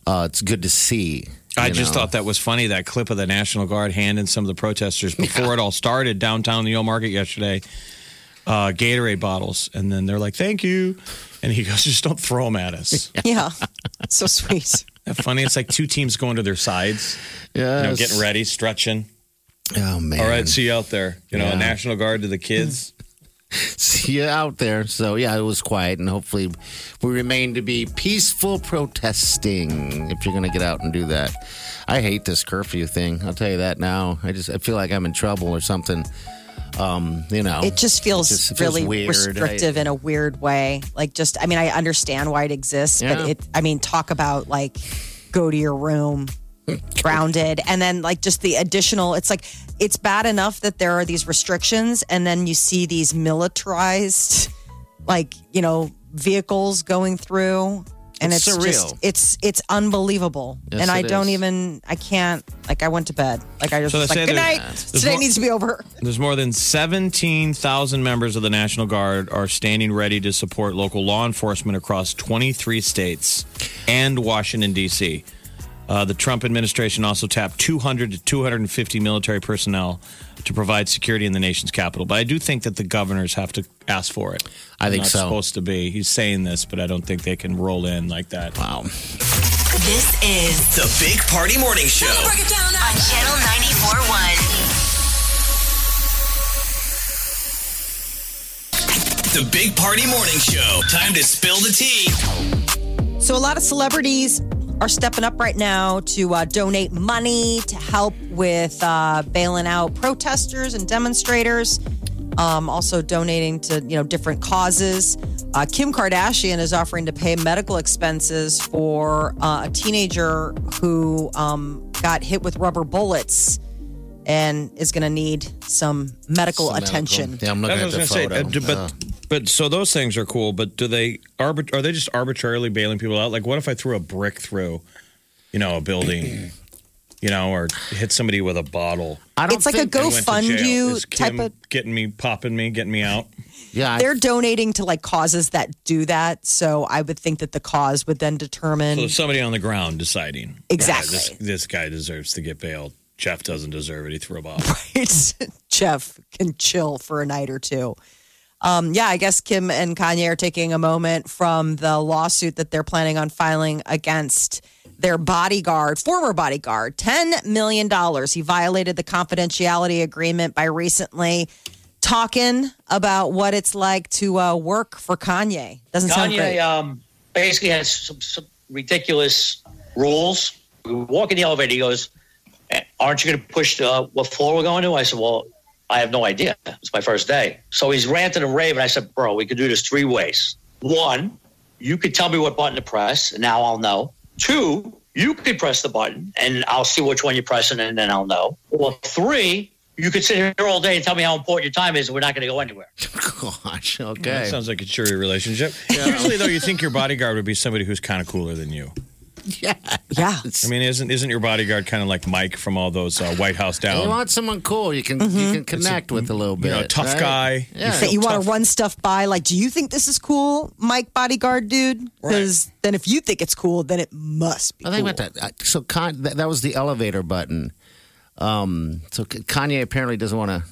[SPEAKER 4] Uh, it's good to see.
[SPEAKER 5] I
[SPEAKER 4] you
[SPEAKER 5] just
[SPEAKER 4] know.
[SPEAKER 5] thought that was funny that clip of the National Guard handing some of the protesters before it all started downtown the old market yesterday uh, Gatorade bottles, and then they're like, "Thank you," and he goes, "Just don't throw them at us."
[SPEAKER 6] Yeah. so sweet.
[SPEAKER 5] Isn't that funny. It's like two teams going to their sides, you know,
[SPEAKER 4] Yes.
[SPEAKER 5] getting ready, stretching.
[SPEAKER 4] Oh man!
[SPEAKER 5] All right, see you out there. You know,
[SPEAKER 4] Yeah.
[SPEAKER 5] National Guard to the kids.
[SPEAKER 4] see you out there. So yeah, it was quiet, and hopefully, we remain to be peaceful protesting. If you're going to get out and do that, I hate this curfew thing. I'll tell you that now. I just I feel like I'm in trouble or something. Um, you know,
[SPEAKER 6] It just feels
[SPEAKER 4] just feels
[SPEAKER 6] really
[SPEAKER 4] weird.
[SPEAKER 6] restrictive in a weird way. Like, just, I mean, I understand why it exists, but
[SPEAKER 4] Yeah.
[SPEAKER 6] it, I mean, talk about like, go to your room, grounded. And then, like, just the additional, it's like, it's bad enough that there are these restrictions, and then you see these militarized, like, you know, vehicles going through. And it's,
[SPEAKER 4] It's
[SPEAKER 6] just
[SPEAKER 4] surreal.
[SPEAKER 6] it's it's unbelievable,
[SPEAKER 4] Yes,
[SPEAKER 6] and I
[SPEAKER 4] it
[SPEAKER 6] don't
[SPEAKER 4] is.
[SPEAKER 6] even I can't like I went to bed like I just
[SPEAKER 5] So
[SPEAKER 6] was like
[SPEAKER 5] they say
[SPEAKER 6] good
[SPEAKER 5] there's-
[SPEAKER 6] night
[SPEAKER 5] there's
[SPEAKER 6] today
[SPEAKER 5] more-
[SPEAKER 6] needs to be over.
[SPEAKER 5] There's more than 17,000 members of the National Guard are standing ready to support local law enforcement across 23 states and Washington, D.C. Uh, the Trump administration also tapped 200 to 250 military personnel to provide security in the nation's capital. But I do think that the governors have to ask for it.
[SPEAKER 4] I think
[SPEAKER 5] not
[SPEAKER 4] so.
[SPEAKER 5] supposed to be. He's saying this, but I don't think they can roll in like that.
[SPEAKER 4] Wow.
[SPEAKER 3] This is
[SPEAKER 7] The Big Party Morning Show.
[SPEAKER 3] on Channel 94.1.
[SPEAKER 7] The Big Party Morning Show. Time to spill the tea.
[SPEAKER 6] So, a lot of celebrities are stepping up right now to uh, donate money to help with uh, bailing out protesters and demonstrators. Um, also, donating to you know different causes. Uh, Kim Kardashian is offering to pay medical expenses for uh, a teenager who um, got hit with rubber bullets and is going to need some medical
[SPEAKER 4] Some medical-
[SPEAKER 6] attention.
[SPEAKER 4] Yeah, I'm looking at
[SPEAKER 5] That's
[SPEAKER 4] the
[SPEAKER 5] what I was
[SPEAKER 4] photo.
[SPEAKER 5] gonna say, uh, d-
[SPEAKER 4] Oh.
[SPEAKER 5] but but so those things are cool. But do they arbit- are they just arbitrarily bailing people out? Like, what if I threw a brick through, you know, a building, you know, or hit somebody with a bottle?
[SPEAKER 4] I don't
[SPEAKER 6] It's like a
[SPEAKER 4] think
[SPEAKER 6] go-
[SPEAKER 5] and went to
[SPEAKER 6] fund
[SPEAKER 5] jail?
[SPEAKER 6] you
[SPEAKER 5] Is Kim
[SPEAKER 6] type of-
[SPEAKER 5] getting me popping me, getting me out.
[SPEAKER 4] yeah, I-
[SPEAKER 6] they're donating to like causes that do that. So I would think that the cause would then determine.
[SPEAKER 5] So somebody on the ground deciding
[SPEAKER 6] Exactly.
[SPEAKER 5] this this guy deserves to get bailed. Jeff doesn't deserve it. He threw a bottle.
[SPEAKER 6] It's- Jeff can chill for a night or two. Um, yeah, I guess Kim and Kanye are taking a moment from the lawsuit that they're planning on filing against their bodyguard, former bodyguard, $10 million. He violated the confidentiality agreement by recently talking about what it's like to uh, work for Kanye. Doesn't sound great.
[SPEAKER 8] Kanye um, basically has some, some ridiculous rules. We walk in the elevator, he goes, "Eh, "Aren't you going to push the, what floor we're going to?" I said, "Well, I have no idea. It's my first day. So he's ranting and raving. I said, Bro, we could do this three ways. One, you could tell me what button to press, and now I'll know. Two, you could press the button, and I'll see which one you're pressing, and then I'll know. Or three, you could sit here all day and tell me how important your time is, and we're not going to go anywhere.
[SPEAKER 4] Gosh, okay.
[SPEAKER 5] That sounds like a cheery relationship. Usually, though, you think your bodyguard would be somebody who's kind of cooler than you.
[SPEAKER 4] Yeah.
[SPEAKER 6] Yeah.
[SPEAKER 5] I mean, isn't isn't your bodyguard kind of like Mike from all those uh, White House
[SPEAKER 4] You
[SPEAKER 5] down?
[SPEAKER 4] want someone cool you can
[SPEAKER 6] Mm-hmm.
[SPEAKER 4] you can connect with a little
[SPEAKER 5] you
[SPEAKER 4] bit.
[SPEAKER 5] know, tough
[SPEAKER 4] right?
[SPEAKER 5] guy.
[SPEAKER 4] Yeah.
[SPEAKER 6] that you want to run stuff by. Like, do you think this is cool, Mike Bodyguard dude? Because then if you think it's cool, then it must be.
[SPEAKER 4] I think about that. I- So Con- that, that was the elevator button. Um, so K- Kanye apparently doesn't want to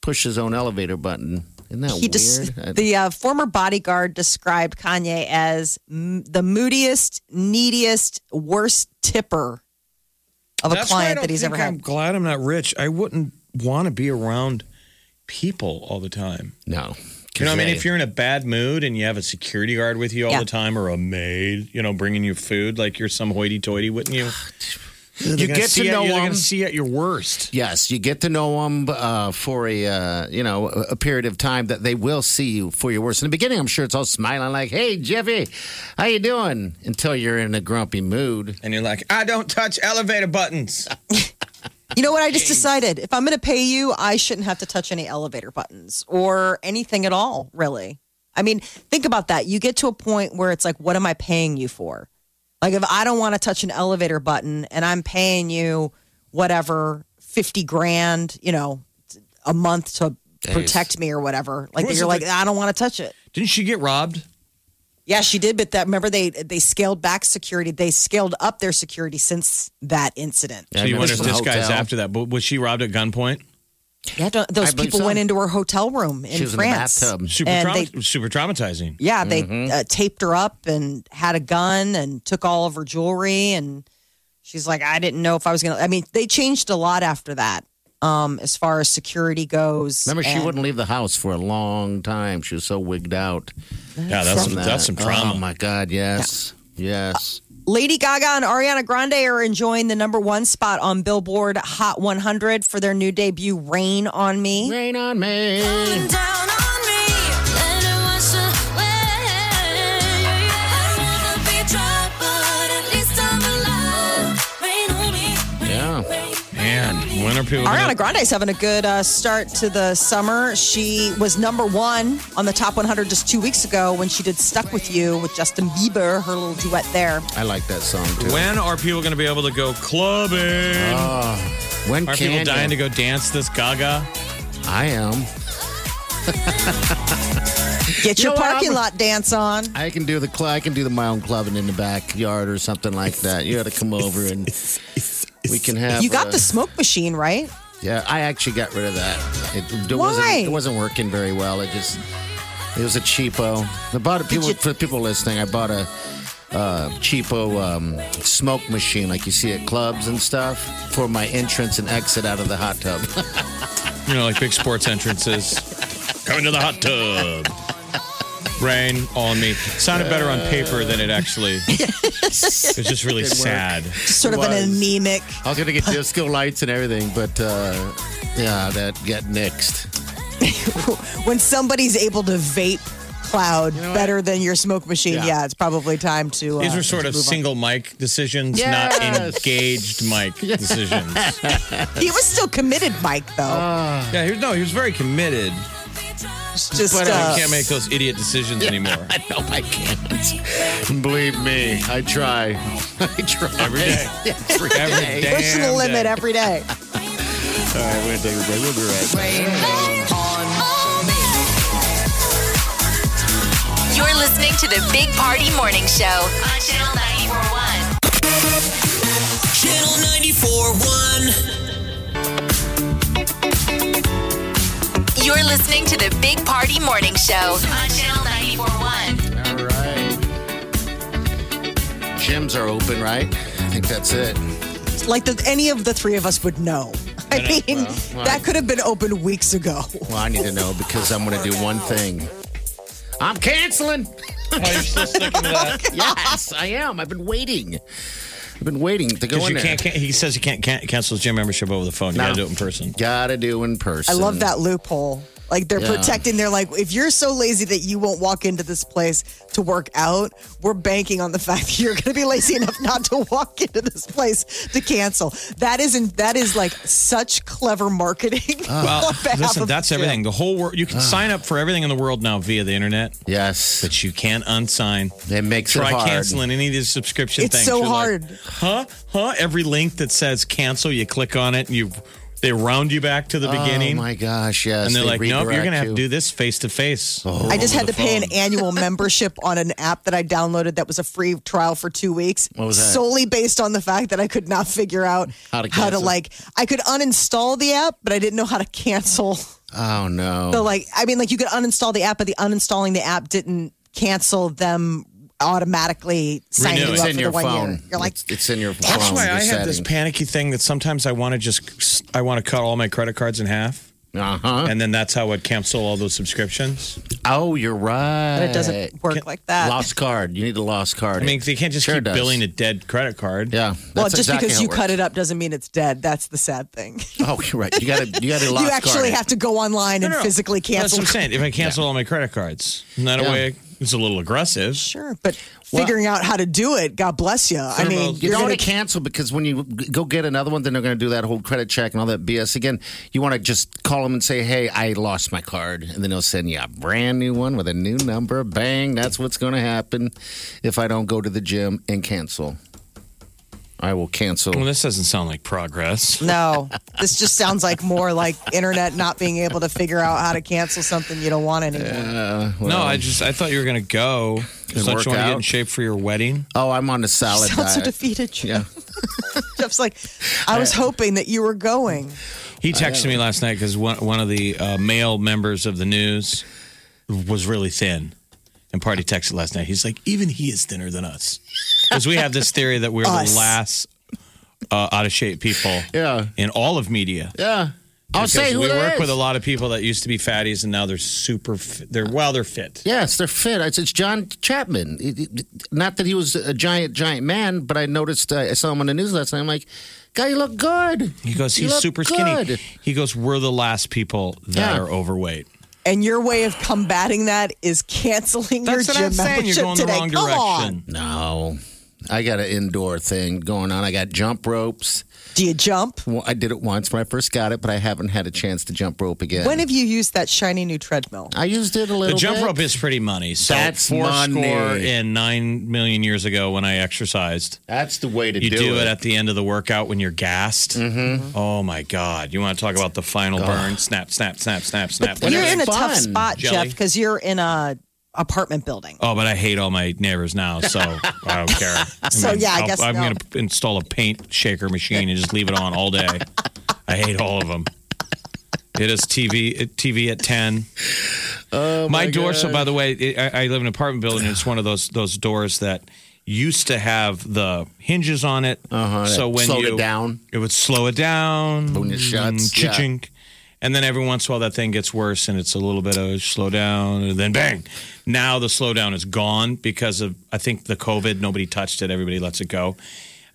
[SPEAKER 4] push his own elevator button. Isn't that
[SPEAKER 6] He
[SPEAKER 4] weird?
[SPEAKER 6] just
[SPEAKER 4] I-
[SPEAKER 6] the uh, former bodyguard described Kanye as m- the moodiest, neediest, worst tipper of a
[SPEAKER 5] That's why I
[SPEAKER 6] client
[SPEAKER 5] don't
[SPEAKER 6] that he's
[SPEAKER 5] think
[SPEAKER 6] ever
[SPEAKER 5] I'm
[SPEAKER 6] had.
[SPEAKER 5] glad I'm not rich. I wouldn't want to be around people all the time.
[SPEAKER 4] No.
[SPEAKER 5] You know, what I mean,
[SPEAKER 4] They-
[SPEAKER 5] if you're in a bad mood and you have a security guard with you all
[SPEAKER 6] Yeah.
[SPEAKER 5] the time or a maid, you know, bringing you food, like you're some hoity-toity, wouldn't you?
[SPEAKER 4] you get to know
[SPEAKER 5] You're
[SPEAKER 4] him.
[SPEAKER 5] going to see at your worst.
[SPEAKER 4] Yes, you get to know them uh, for a uh, you know a a period of time that they will see you for your worst. In the beginning, I'm sure it's all smiling, like "Hey, Jeffy, how you doing?" Until you're in a grumpy mood.
[SPEAKER 5] And you're like, I don't touch elevator buttons.
[SPEAKER 6] You know what? I just decided if I'm going to pay you, I shouldn't have to touch any elevator buttons or anything at all, really. I mean, think about that. You get to a point where it's like, what am I paying you for? Like, if I don't want to touch an elevator button and I'm paying you whatever, 50 grand, you know, a month to protect me or whatever, like,
[SPEAKER 5] Who is
[SPEAKER 6] you're
[SPEAKER 5] it
[SPEAKER 6] like,
[SPEAKER 5] that-
[SPEAKER 6] I don't want to touch it.
[SPEAKER 5] Didn't she get robbed?
[SPEAKER 6] Yeah, she did, but that remember they they scaled back security. They scaled up their security since that incident.
[SPEAKER 5] So you
[SPEAKER 4] I remember
[SPEAKER 5] wonder if
[SPEAKER 4] from
[SPEAKER 5] this
[SPEAKER 4] the
[SPEAKER 5] guy's
[SPEAKER 4] hotel.
[SPEAKER 5] after that. But was she robbed at gunpoint?
[SPEAKER 6] Yeah, don't- those
[SPEAKER 4] I believe
[SPEAKER 6] people
[SPEAKER 4] so.
[SPEAKER 6] went into her hotel room in
[SPEAKER 4] She was in the
[SPEAKER 6] France.
[SPEAKER 4] bathtub. Mm-hmm.
[SPEAKER 5] Super,
[SPEAKER 6] And
[SPEAKER 5] traumat-
[SPEAKER 6] they-
[SPEAKER 5] super traumatizing.
[SPEAKER 6] Yeah, they uh, taped her up and had a gun and took all of her jewelry. And she's like, I didn't know if I was going to. I mean, they changed a lot after that um, as far as security goes.
[SPEAKER 4] Remember, she
[SPEAKER 6] And-
[SPEAKER 4] wouldn't leave the house for a long time. She was so wigged out.
[SPEAKER 5] Yeah, that's
[SPEAKER 4] from
[SPEAKER 5] some,
[SPEAKER 4] that.
[SPEAKER 5] that's some trauma.
[SPEAKER 4] Oh my God! Yes, yes.
[SPEAKER 6] Lady Gaga and Ariana Grande are enjoying the number one spot on Billboard Hot 100 for their new debut, Rain on Me.
[SPEAKER 4] Rain on me. Yeah.
[SPEAKER 5] Man, when are
[SPEAKER 6] Ariana
[SPEAKER 5] people? Gonna,
[SPEAKER 6] Grande's having a good uh, start to the summer. She was number one on the top 100 just two weeks ago when she did Stuck With You with Justin Bieber, her little duet there.
[SPEAKER 4] I like that song too.
[SPEAKER 5] when are people going to be able to go clubbing?
[SPEAKER 4] Uh, When
[SPEAKER 5] are
[SPEAKER 4] can
[SPEAKER 5] people dying
[SPEAKER 4] Oh, you?
[SPEAKER 5] to go dance this Gaga?
[SPEAKER 4] I am.
[SPEAKER 6] Get your
[SPEAKER 4] You know what,
[SPEAKER 6] parking
[SPEAKER 4] I'm-
[SPEAKER 6] lot dance on.
[SPEAKER 4] I can do the cl- I can do the my own clubbing in the backyard or something like that. You got to come over and we can have.
[SPEAKER 6] You got
[SPEAKER 4] uh,
[SPEAKER 6] the smoke machine, right?
[SPEAKER 4] Yeah, I actually got rid of that. It, it wasn't
[SPEAKER 6] Why?
[SPEAKER 4] it wasn't working very well. It just it was a cheapo. I bought a, people
[SPEAKER 6] you-
[SPEAKER 4] for people listening. I bought a uh, cheapo um, smoke machine like you see at clubs and stuff for my entrance and exit out of the hot tub.
[SPEAKER 5] You know, like big sports entrances. Coming to the hot tub. Rain on me. Sounded better on paper than it actually. It's just really sad.
[SPEAKER 6] Sort of
[SPEAKER 4] was.
[SPEAKER 6] an anemic.
[SPEAKER 4] I was gonna get disco lights and everything, but uh, yeah, that got nixed.
[SPEAKER 6] When somebody's able to vape cloud better than your smoke machine, yeah,
[SPEAKER 4] Yeah.
[SPEAKER 6] it's probably time to. Uh,
[SPEAKER 5] These were sort of
[SPEAKER 6] move on.
[SPEAKER 5] single mic decisions, not
[SPEAKER 4] Yes.
[SPEAKER 5] engaged mic decisions.
[SPEAKER 6] He was still committed, Mike, though.
[SPEAKER 5] Yeah, he was, no, he was very committed.
[SPEAKER 6] It's just
[SPEAKER 5] But uh,
[SPEAKER 6] uh,
[SPEAKER 5] he can't make those idiot decisions anymore.
[SPEAKER 4] I know I can't. Believe me, I try. I try
[SPEAKER 5] Every day.
[SPEAKER 4] Every
[SPEAKER 5] Every
[SPEAKER 4] day.
[SPEAKER 6] pushing the
[SPEAKER 5] damn
[SPEAKER 6] limit
[SPEAKER 5] day.
[SPEAKER 6] every day.
[SPEAKER 4] All right, we're gonna take a break. We'll be right back.
[SPEAKER 3] You're listening to the Big Party Morning Show on Channel 941.
[SPEAKER 7] Channel 94.1.
[SPEAKER 3] You're listening to the Big Party Morning Show on Channel 941.
[SPEAKER 4] All right. Gyms are open, right? I think that's it.
[SPEAKER 6] like that any of the three of us would know. I mean,
[SPEAKER 4] well,
[SPEAKER 6] that
[SPEAKER 4] I-
[SPEAKER 6] could have been open weeks ago.
[SPEAKER 4] Well, I need to know because I'm gonna do one thing. I'm canceling.
[SPEAKER 5] Oh, you're still sticking to that.
[SPEAKER 4] Yes, I am. I've been waiting. I've been waiting to go
[SPEAKER 5] Because
[SPEAKER 4] in
[SPEAKER 5] you
[SPEAKER 4] there.
[SPEAKER 5] can't, can't- he says you can't, can't cancel his gym membership over the phone. You
[SPEAKER 4] No.
[SPEAKER 5] got to do it in person.
[SPEAKER 4] Got to do in
[SPEAKER 6] I
[SPEAKER 4] person.
[SPEAKER 6] love that loophole. Like they're
[SPEAKER 4] Yeah.
[SPEAKER 6] protecting. They're like, if you're so lazy that you won't walk into this place to work out, we're banking on the fact that you're going to be lazy enough not to walk into this place to cancel. That isn't. That is like such clever marketing.
[SPEAKER 4] Ah.
[SPEAKER 5] well,
[SPEAKER 6] on behalf
[SPEAKER 5] listen,
[SPEAKER 6] of
[SPEAKER 5] that's
[SPEAKER 6] the gym.
[SPEAKER 5] everything. The whole world, you can sign up for everything in the world now via the internet.
[SPEAKER 4] Yes.
[SPEAKER 5] But you can't unsign.
[SPEAKER 4] It makes it
[SPEAKER 5] Try
[SPEAKER 4] hard.
[SPEAKER 5] canceling any of these subscription
[SPEAKER 6] It's
[SPEAKER 5] things.
[SPEAKER 6] so
[SPEAKER 5] You're like, huh? Huh? Every link that says cancel, you click on it and you. They round you back to the
[SPEAKER 4] Oh,
[SPEAKER 5] beginning.
[SPEAKER 4] my gosh, yes.
[SPEAKER 5] And they're
[SPEAKER 4] They
[SPEAKER 5] like, nope, you're
[SPEAKER 4] redirect
[SPEAKER 5] going to have to
[SPEAKER 4] you. Oh.
[SPEAKER 5] do this face to face.
[SPEAKER 6] I just had to pay an annual membership on an app that I downloaded that was a free trial for two weeks.
[SPEAKER 4] What was that?
[SPEAKER 6] Solely based on the fact that I could not figure out
[SPEAKER 4] How to cancel.
[SPEAKER 6] like I could uninstall the app, but I didn't know how to cancel.
[SPEAKER 4] Oh no.
[SPEAKER 6] So like I mean like you could uninstall the app, but the uninstalling the app didn't cancel them automatically signing
[SPEAKER 4] Renew
[SPEAKER 6] you
[SPEAKER 4] it. It's
[SPEAKER 6] up
[SPEAKER 4] in
[SPEAKER 6] for the
[SPEAKER 4] your
[SPEAKER 6] one
[SPEAKER 4] phone.
[SPEAKER 6] year. You're like
[SPEAKER 4] it's, it's in your phone.
[SPEAKER 5] That's why
[SPEAKER 4] your
[SPEAKER 5] I have this
[SPEAKER 4] setting.
[SPEAKER 5] panicky thing that sometimes I want to just I want to cut all my credit cards in half,
[SPEAKER 4] uh-huh.
[SPEAKER 5] and then that's how I'd cancel all those subscriptions.
[SPEAKER 4] Oh, you're right.
[SPEAKER 6] but it doesn't work like that.
[SPEAKER 4] Lost card. You need a lost card.
[SPEAKER 5] I mean, they can't just
[SPEAKER 4] Sure
[SPEAKER 5] keep
[SPEAKER 4] does.
[SPEAKER 5] billing a dead credit card.
[SPEAKER 4] Yeah.
[SPEAKER 6] well,
[SPEAKER 4] that's
[SPEAKER 6] just
[SPEAKER 4] exactly
[SPEAKER 6] because
[SPEAKER 4] how
[SPEAKER 6] you cut
[SPEAKER 4] works.
[SPEAKER 6] it up doesn't mean it's dead. That's the sad thing.
[SPEAKER 4] Oh, you're right. You got to. You got to lost
[SPEAKER 6] you actually
[SPEAKER 4] card.
[SPEAKER 6] have to go online and physically
[SPEAKER 5] That's
[SPEAKER 6] cancel.
[SPEAKER 5] what I'm saying. If I cancel all my credit cards, in that
[SPEAKER 4] Yeah.
[SPEAKER 5] way, it's a little aggressive.
[SPEAKER 6] Sure, but
[SPEAKER 4] Well-
[SPEAKER 6] figuring out how to do it, God bless you. I mean,
[SPEAKER 4] You
[SPEAKER 6] you're
[SPEAKER 4] don't
[SPEAKER 6] gonna
[SPEAKER 4] want to cancel because when you g- go get another one, then they're going to do that whole credit check and all that BS again. You want to just call them and say, "Hey, I lost my card," and then they'll send you a brand new one with a new number. Bang! That's what's going to happen if I don't go to the gym and cancel. I will cancel.
[SPEAKER 5] Well, this doesn't sound like progress.
[SPEAKER 6] No, this just sounds like more like internet not being able to figure out how to cancel something you don't want anymore.
[SPEAKER 5] no, I just I thought you were gonna go.
[SPEAKER 4] And
[SPEAKER 5] Don't you want
[SPEAKER 4] work
[SPEAKER 5] to get
[SPEAKER 4] out?
[SPEAKER 5] in shape for your wedding?
[SPEAKER 4] Oh, I'm on a salad
[SPEAKER 6] Sounds so
[SPEAKER 4] diet.
[SPEAKER 6] defeated. Jeff.
[SPEAKER 4] yeah.
[SPEAKER 6] Jeff's like, I was hoping that you were going.
[SPEAKER 5] He texted me last night because one one of the uh, male members of the news was really thin, and Party texted last night. He's like, even he is thinner than us, because we have this theory that we're
[SPEAKER 6] Us.
[SPEAKER 5] the last uh, out of shape people
[SPEAKER 4] Yeah.
[SPEAKER 5] in all of media.
[SPEAKER 4] Yeah. I'll say
[SPEAKER 5] Because
[SPEAKER 4] who
[SPEAKER 5] we
[SPEAKER 4] that
[SPEAKER 5] work
[SPEAKER 4] is.
[SPEAKER 5] with a lot of people that used to be fatties and now they're super. Fi- they're well, they're fit.
[SPEAKER 4] Yes, they're fit. It's, it's John Chapman. It- it- not that he was a giant, giant man, but I noticed uh, I saw him on the news last night. I'm like, guy, you look good.
[SPEAKER 5] He goes,
[SPEAKER 4] You
[SPEAKER 5] he's
[SPEAKER 4] look
[SPEAKER 5] super
[SPEAKER 4] good."
[SPEAKER 5] skinny. He goes, we're the last people that
[SPEAKER 4] Yeah.
[SPEAKER 5] are overweight.
[SPEAKER 6] And your way of combating that is canceling
[SPEAKER 5] That's
[SPEAKER 6] your
[SPEAKER 5] what
[SPEAKER 6] gym
[SPEAKER 5] I'm saying.
[SPEAKER 6] membership
[SPEAKER 5] You're going
[SPEAKER 6] today.
[SPEAKER 5] the wrong
[SPEAKER 6] Come
[SPEAKER 5] direction.
[SPEAKER 4] No,
[SPEAKER 6] on.
[SPEAKER 4] I got an indoor thing going on. I got jump ropes.
[SPEAKER 6] Do you jump?
[SPEAKER 4] Well, I did it once when I first got it, but I haven't had a chance to jump rope again.
[SPEAKER 6] When have you used that shiny new treadmill?
[SPEAKER 4] I used it a little.
[SPEAKER 5] The jump
[SPEAKER 4] bit.
[SPEAKER 5] rope is pretty money. So
[SPEAKER 4] That's
[SPEAKER 5] four
[SPEAKER 4] money.
[SPEAKER 5] score and nine million years ago when I exercised.
[SPEAKER 4] That's the way to
[SPEAKER 5] You
[SPEAKER 4] do,
[SPEAKER 5] do, it. at the end of the workout when you're gassed. Mm-hmm. Oh my God! You want to talk about the final burn? Snap! Snap! Snap! Snap! Snap!
[SPEAKER 6] You're in a
[SPEAKER 4] It's
[SPEAKER 6] tough
[SPEAKER 4] fun,
[SPEAKER 6] spot,
[SPEAKER 5] Jelly.
[SPEAKER 6] Jeff, because you're in a apartment building.
[SPEAKER 5] Oh, but I hate all my neighbors now, so I don't care. I
[SPEAKER 6] So, yeah, I
[SPEAKER 5] I'll-
[SPEAKER 6] guess
[SPEAKER 5] I'm
[SPEAKER 6] no.
[SPEAKER 5] going to install a paint shaker machine and just leave it on all day. I hate all of them. It is TV at TV at ten.
[SPEAKER 4] Oh,
[SPEAKER 5] my, door. So by the way, it, I, I live in an apartment building. and It's one of those those doors that used to have the hinges on it.
[SPEAKER 4] Uh-huh,
[SPEAKER 5] So
[SPEAKER 4] that
[SPEAKER 5] when
[SPEAKER 4] slowed
[SPEAKER 5] you
[SPEAKER 4] it down.
[SPEAKER 5] it would slow it down.
[SPEAKER 4] When it shuts, yeah.
[SPEAKER 5] ching and then every once in a while that thing gets worse and it's a little bit of slow down and then bang. Now the slowdown is gone because of I think the COVID, nobody touched it, everybody lets it go.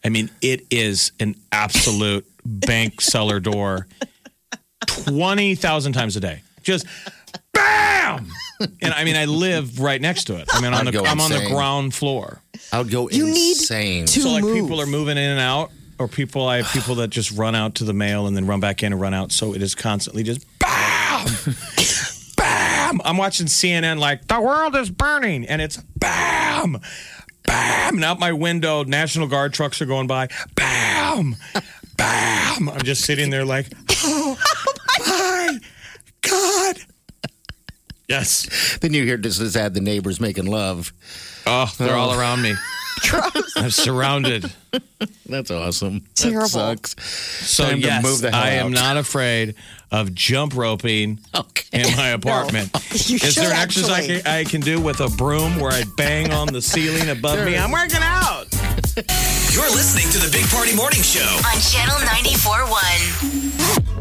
[SPEAKER 5] I mean, it is an absolute bank cellar door twenty thousand times a day. Just BAM and I mean I live right next to it. I mean on
[SPEAKER 4] I'd
[SPEAKER 5] the
[SPEAKER 4] go
[SPEAKER 5] I'm on the
[SPEAKER 4] insane.
[SPEAKER 5] ground floor.
[SPEAKER 4] I would go
[SPEAKER 6] You need
[SPEAKER 4] insane.
[SPEAKER 6] to
[SPEAKER 5] So like
[SPEAKER 6] move.
[SPEAKER 5] people are moving in and out, or people I have people that just run out to the mail and then run back in and run out. So it is constantly just bam, bam. I'm watching CNN like the world is burning, and it's bam, bam. And out my window, National Guard trucks are going by, bam, bam. I'm just sitting there like, oh, my God. Yes.
[SPEAKER 4] then you hear this is ad the neighbors making love.
[SPEAKER 5] Oh, they're all around me. I'm surrounded.
[SPEAKER 4] That's awesome.
[SPEAKER 6] Terrible.
[SPEAKER 4] That sucks.
[SPEAKER 5] So
[SPEAKER 4] Time to
[SPEAKER 5] yes,
[SPEAKER 4] move the hell
[SPEAKER 5] I
[SPEAKER 4] out.
[SPEAKER 5] am not afraid of jump roping
[SPEAKER 4] Okay.
[SPEAKER 5] in my apartment.
[SPEAKER 6] You
[SPEAKER 5] Is
[SPEAKER 6] should
[SPEAKER 5] there an exercise I
[SPEAKER 6] actually.
[SPEAKER 5] can, I can do with a broom where I bang on the ceiling above me? I'm working out.
[SPEAKER 7] You're listening to the Big Party Morning Show.
[SPEAKER 3] on Channel 94.1.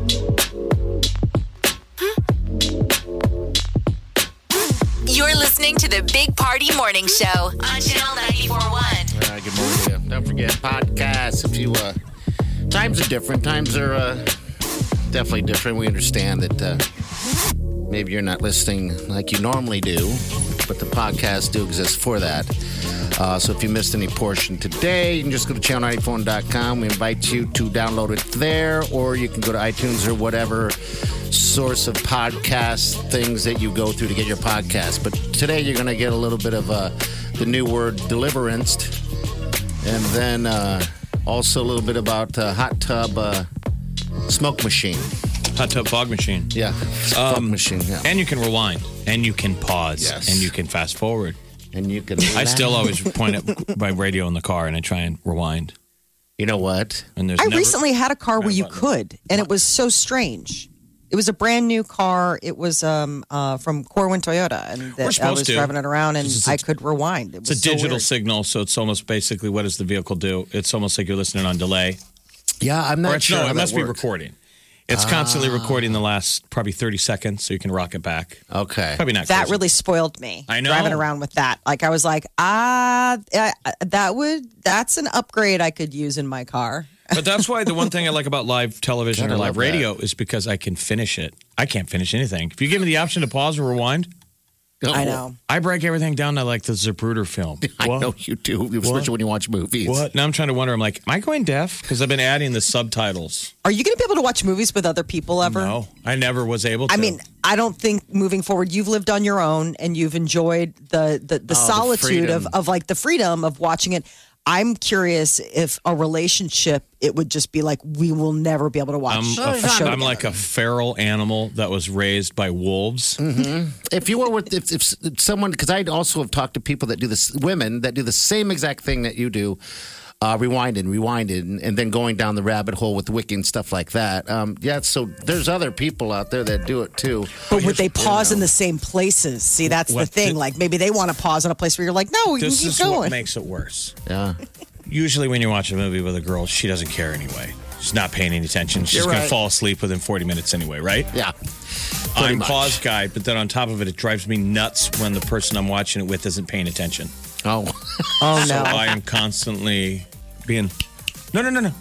[SPEAKER 3] You're listening listening to the Big Party Morning Show on Channel 941.
[SPEAKER 4] All right, good morning. to you. Don't forget podcasts. If you uh, times are different, times are uh, definitely different. We understand that uh, maybe you're not listening like you normally do, but the podcasts do exist for that. Uh, so if you missed any portion today, you can just go to channel94.com. We invite you to download it there, or you can go to iTunes or whatever source of podcast things that you go through to get your podcast. But today you're going to get a little bit of uh, the new word deliverance, and then uh, also a little bit about uh, hot tub uh, smoke machine.
[SPEAKER 5] Hot tub fog machine.
[SPEAKER 4] Yeah,
[SPEAKER 5] Um,
[SPEAKER 4] fog machine. Yeah.
[SPEAKER 5] And you can rewind, and you can pause,
[SPEAKER 4] Yes.
[SPEAKER 5] and you can fast forward.
[SPEAKER 4] And you can.
[SPEAKER 5] I still always point at my radio in the car, and I try and rewind.
[SPEAKER 4] You know what?
[SPEAKER 5] And there's
[SPEAKER 6] I
[SPEAKER 5] never-
[SPEAKER 6] recently had a car where you could, and it was so strange. It was a brand new car. It was um, uh, from Corwin Toyota, and that I
[SPEAKER 5] supposed
[SPEAKER 6] was
[SPEAKER 5] to.
[SPEAKER 6] driving it around, and
[SPEAKER 5] It's-
[SPEAKER 6] I could rewind. It
[SPEAKER 5] It's
[SPEAKER 6] was
[SPEAKER 5] a digital
[SPEAKER 6] So
[SPEAKER 5] signal, so it's almost basically what does the vehicle do? It's almost like you're listening on delay.
[SPEAKER 4] Yeah, I'm
[SPEAKER 5] Or
[SPEAKER 4] not
[SPEAKER 5] it's,
[SPEAKER 4] sure. how
[SPEAKER 5] no, it
[SPEAKER 4] that Ah.
[SPEAKER 5] must be
[SPEAKER 4] worked.
[SPEAKER 5] recording. It's constantly recording the last probably 30 seconds, so you can rock it back.
[SPEAKER 4] Okay.
[SPEAKER 5] Probably
[SPEAKER 6] weird.
[SPEAKER 5] not.
[SPEAKER 6] that
[SPEAKER 5] crazy.
[SPEAKER 6] really spoiled me.
[SPEAKER 5] I know.
[SPEAKER 6] driving around with that. Like I was like, ah, I- I- that would that's an upgrade I could use in my car.
[SPEAKER 5] But that's why the one thing I like about live television
[SPEAKER 4] Gotta
[SPEAKER 5] or live
[SPEAKER 4] love that.
[SPEAKER 5] radio is because I can finish it. I can't finish anything. If you give me the option to pause or rewind, Oh.
[SPEAKER 6] I know.
[SPEAKER 5] I break everything down to like the Zapruder film.
[SPEAKER 4] I
[SPEAKER 5] What?
[SPEAKER 4] know you do, especially when you watch movies.
[SPEAKER 5] What? Now I'm trying to wonder. I'm like, am I going deaf? Because I've been adding the subtitles.
[SPEAKER 6] Are you going to be able to watch movies with other people ever?
[SPEAKER 5] No, I never was able. to.
[SPEAKER 6] Uh-huh. I mean, I don't think moving forward, you've lived on your own and you've enjoyed the the,
[SPEAKER 5] Oh,
[SPEAKER 6] the solitude of,
[SPEAKER 4] freedom.
[SPEAKER 6] of like the freedom of watching it. I'm curious if a relationship it would just be like we will never be able to watch
[SPEAKER 5] I'm,
[SPEAKER 6] a,
[SPEAKER 5] a,
[SPEAKER 6] show.
[SPEAKER 5] I'm like a feral animal that was raised by wolves.
[SPEAKER 6] Mm-hmm.
[SPEAKER 4] if you were with if, if someone because i also have talked to people that do this women that do the same exact thing that you do uh, rewinding rewinding and, then going down the rabbit hole with wiki and stuff like that um, yeah so there's other people out there that do it too
[SPEAKER 6] but would they pause in the same places? See, that's the
[SPEAKER 5] What
[SPEAKER 6] thing.
[SPEAKER 5] the-
[SPEAKER 6] like maybe they want to pause in a place where you're like, no, we can
[SPEAKER 5] This
[SPEAKER 6] keep
[SPEAKER 5] is
[SPEAKER 6] going.
[SPEAKER 5] what makes it worse.
[SPEAKER 4] yeah
[SPEAKER 5] Usually, when you watch a movie with a girl, she doesn't care anyway. She's not paying any attention. She's
[SPEAKER 4] You're
[SPEAKER 5] going
[SPEAKER 4] right.
[SPEAKER 5] to fall asleep within 40 minutes anyway, right?
[SPEAKER 4] yeah
[SPEAKER 5] I'm
[SPEAKER 4] much.
[SPEAKER 5] pause guy, but then on top of it, it drives me nuts when the person I'm watching it with isn't paying attention.
[SPEAKER 4] oh
[SPEAKER 6] oh
[SPEAKER 5] So
[SPEAKER 6] no.
[SPEAKER 5] I am constantly being, no, no, no, no.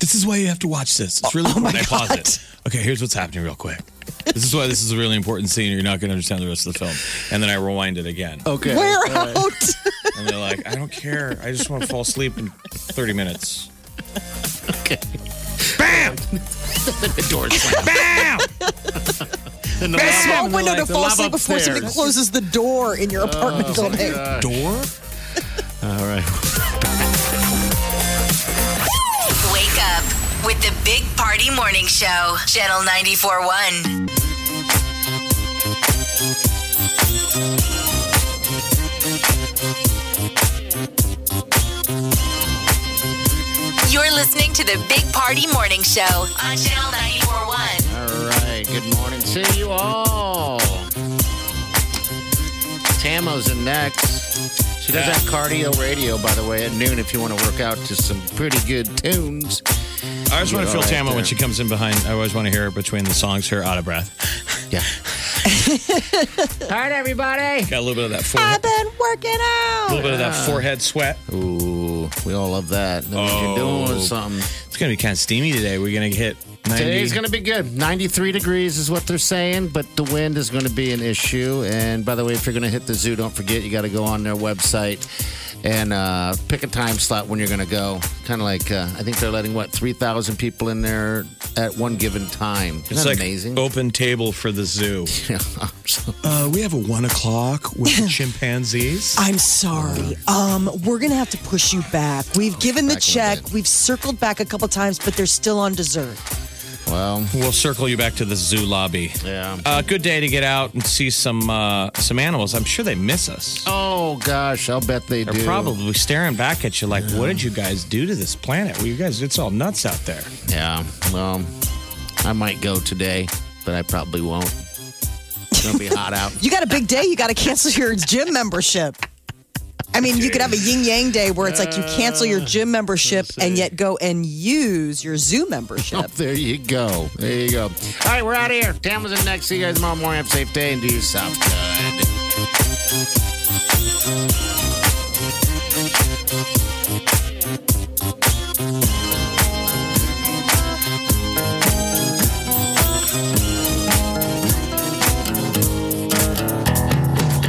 [SPEAKER 5] This is why you have to watch this. It's
[SPEAKER 4] Oh
[SPEAKER 5] really important. I pause it. Okay, here's what's happening real quick. This is why this is a really important scene. You're not going to understand the rest of the film. And then I rewind it again.
[SPEAKER 4] okay
[SPEAKER 6] We're out.
[SPEAKER 5] And they're like, I don't care. I just want to fall asleep in 30 minutes.
[SPEAKER 4] okay bam the door slammed.
[SPEAKER 5] Bam!
[SPEAKER 4] And the
[SPEAKER 6] A
[SPEAKER 4] lava-
[SPEAKER 6] small
[SPEAKER 4] and the
[SPEAKER 6] window to
[SPEAKER 4] light- the
[SPEAKER 6] fall
[SPEAKER 4] lava
[SPEAKER 6] asleep before somebody
[SPEAKER 4] upstairs.
[SPEAKER 6] closes the door in your apartment
[SPEAKER 5] Oh,
[SPEAKER 6] building.
[SPEAKER 5] Door?
[SPEAKER 4] all right
[SPEAKER 3] Wake up with the Big Party Morning Show, Channel 941. You're listening to the Big Party Morning Show on Channel 941.
[SPEAKER 4] All right. Good morning to you all. Tamo's in next. She does
[SPEAKER 5] Yeah.
[SPEAKER 4] have cardio radio, by the way, at noon if you want to work out to some pretty good tunes.
[SPEAKER 5] I always want
[SPEAKER 4] You're
[SPEAKER 5] to feel
[SPEAKER 4] all right
[SPEAKER 5] Tama when
[SPEAKER 4] there.
[SPEAKER 5] she comes in behind. I always want to hear her between the songs, her out of breath.
[SPEAKER 4] Yeah. all right, everybody.
[SPEAKER 5] Got a little bit of that
[SPEAKER 6] I've
[SPEAKER 5] forehead,
[SPEAKER 6] been working
[SPEAKER 5] a
[SPEAKER 6] out.
[SPEAKER 5] little bit of that forehead sweat.
[SPEAKER 4] Ooh, we all love that. That means you're doing
[SPEAKER 5] Oh.
[SPEAKER 4] something.
[SPEAKER 5] It's going to be kind of steamy today. We're going to hit 90.
[SPEAKER 4] Today's going to be good. 93 degrees is what they're saying, but the wind is going to be an issue. And by the way, if you're going to hit the zoo, don't forget you got to go on their website and uh, pick a time slot when you're going to go. Kind of like uh, I think they're letting what 3,000 people in there at one given time. Isn't
[SPEAKER 5] it's
[SPEAKER 4] that
[SPEAKER 5] like
[SPEAKER 4] amazing?
[SPEAKER 5] open table for the zoo.
[SPEAKER 4] Yeah, so-
[SPEAKER 5] Uh, we have a one o'clock with the chimpanzees.
[SPEAKER 6] I'm sorry. Um, we're gonna have to push you back. We've given the
[SPEAKER 4] back a little
[SPEAKER 6] check. We've circled back a couple times, but they're still on dessert.
[SPEAKER 4] well,
[SPEAKER 5] We'll circle you back to the zoo lobby.
[SPEAKER 4] yeah.
[SPEAKER 5] Uh, good day to get out and see some uh, some animals. I'm sure they miss us.
[SPEAKER 4] Oh gosh, I'll bet they
[SPEAKER 5] They're
[SPEAKER 4] do.
[SPEAKER 5] probably staring back at you like, "What did you guys do to this planet? Well, you guys, it's all nuts out there."
[SPEAKER 4] Yeah. Well, I might go today, but I probably won't. It's gonna be hot out.
[SPEAKER 6] You got a big day. You got to cancel your gym membership. I mean, you could have a yin yang day where it's like you cancel your gym membership and yet go and use your zoo membership.
[SPEAKER 4] Oh, There you go. There you go. All right, we're out of here. Tam was in next. See you guys tomorrow morning. Have a safe day and do yourself good.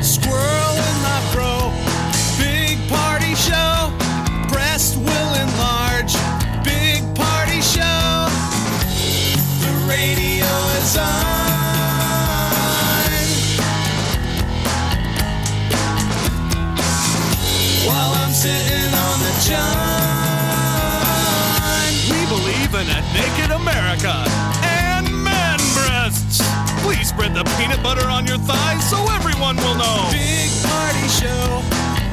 [SPEAKER 1] Squirrel in my fro. Big party show. Breast will enlarge. Big party show. The radio is on. While I'm sitting on the john.
[SPEAKER 2] We believe in a naked America and man breasts. Please spread the peanut butter on your thighs so everyone will know.
[SPEAKER 1] Big party show.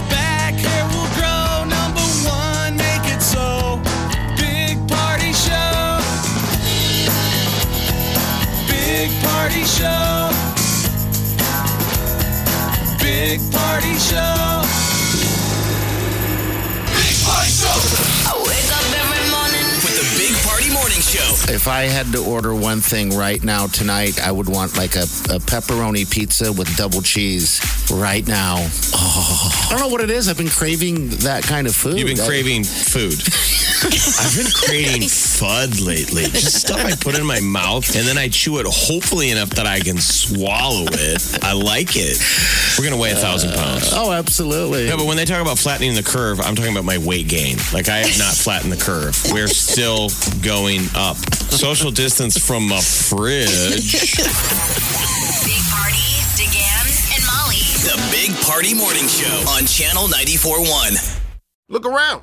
[SPEAKER 1] Back hair will grow. Number one, make it so. Big party show. Big party show. Big party show. Big party show.
[SPEAKER 3] I wake up every morning
[SPEAKER 7] with the Big Party Morning Show.
[SPEAKER 4] If I had to order one thing right now tonight, I would want like a, a pepperoni pizza with double cheese right now. Oh, I don't know what it is. I've been craving that kind of food.
[SPEAKER 5] You've been
[SPEAKER 4] I-
[SPEAKER 5] craving food. I've been craving FUD lately. Just stuff I put in my mouth and then I chew it hopefully enough that I can swallow it. I like it. We're going to weigh a thousand pounds.
[SPEAKER 4] Oh, absolutely.
[SPEAKER 5] No, but when they talk about flattening the curve, I'm talking about my weight gain. Like I have not flattened the curve. We're still going up. Social distance from a fridge.
[SPEAKER 3] Big Party, DeGan, and Molly.
[SPEAKER 7] The Big Party Morning Show on Channel 94.1.
[SPEAKER 12] Look around.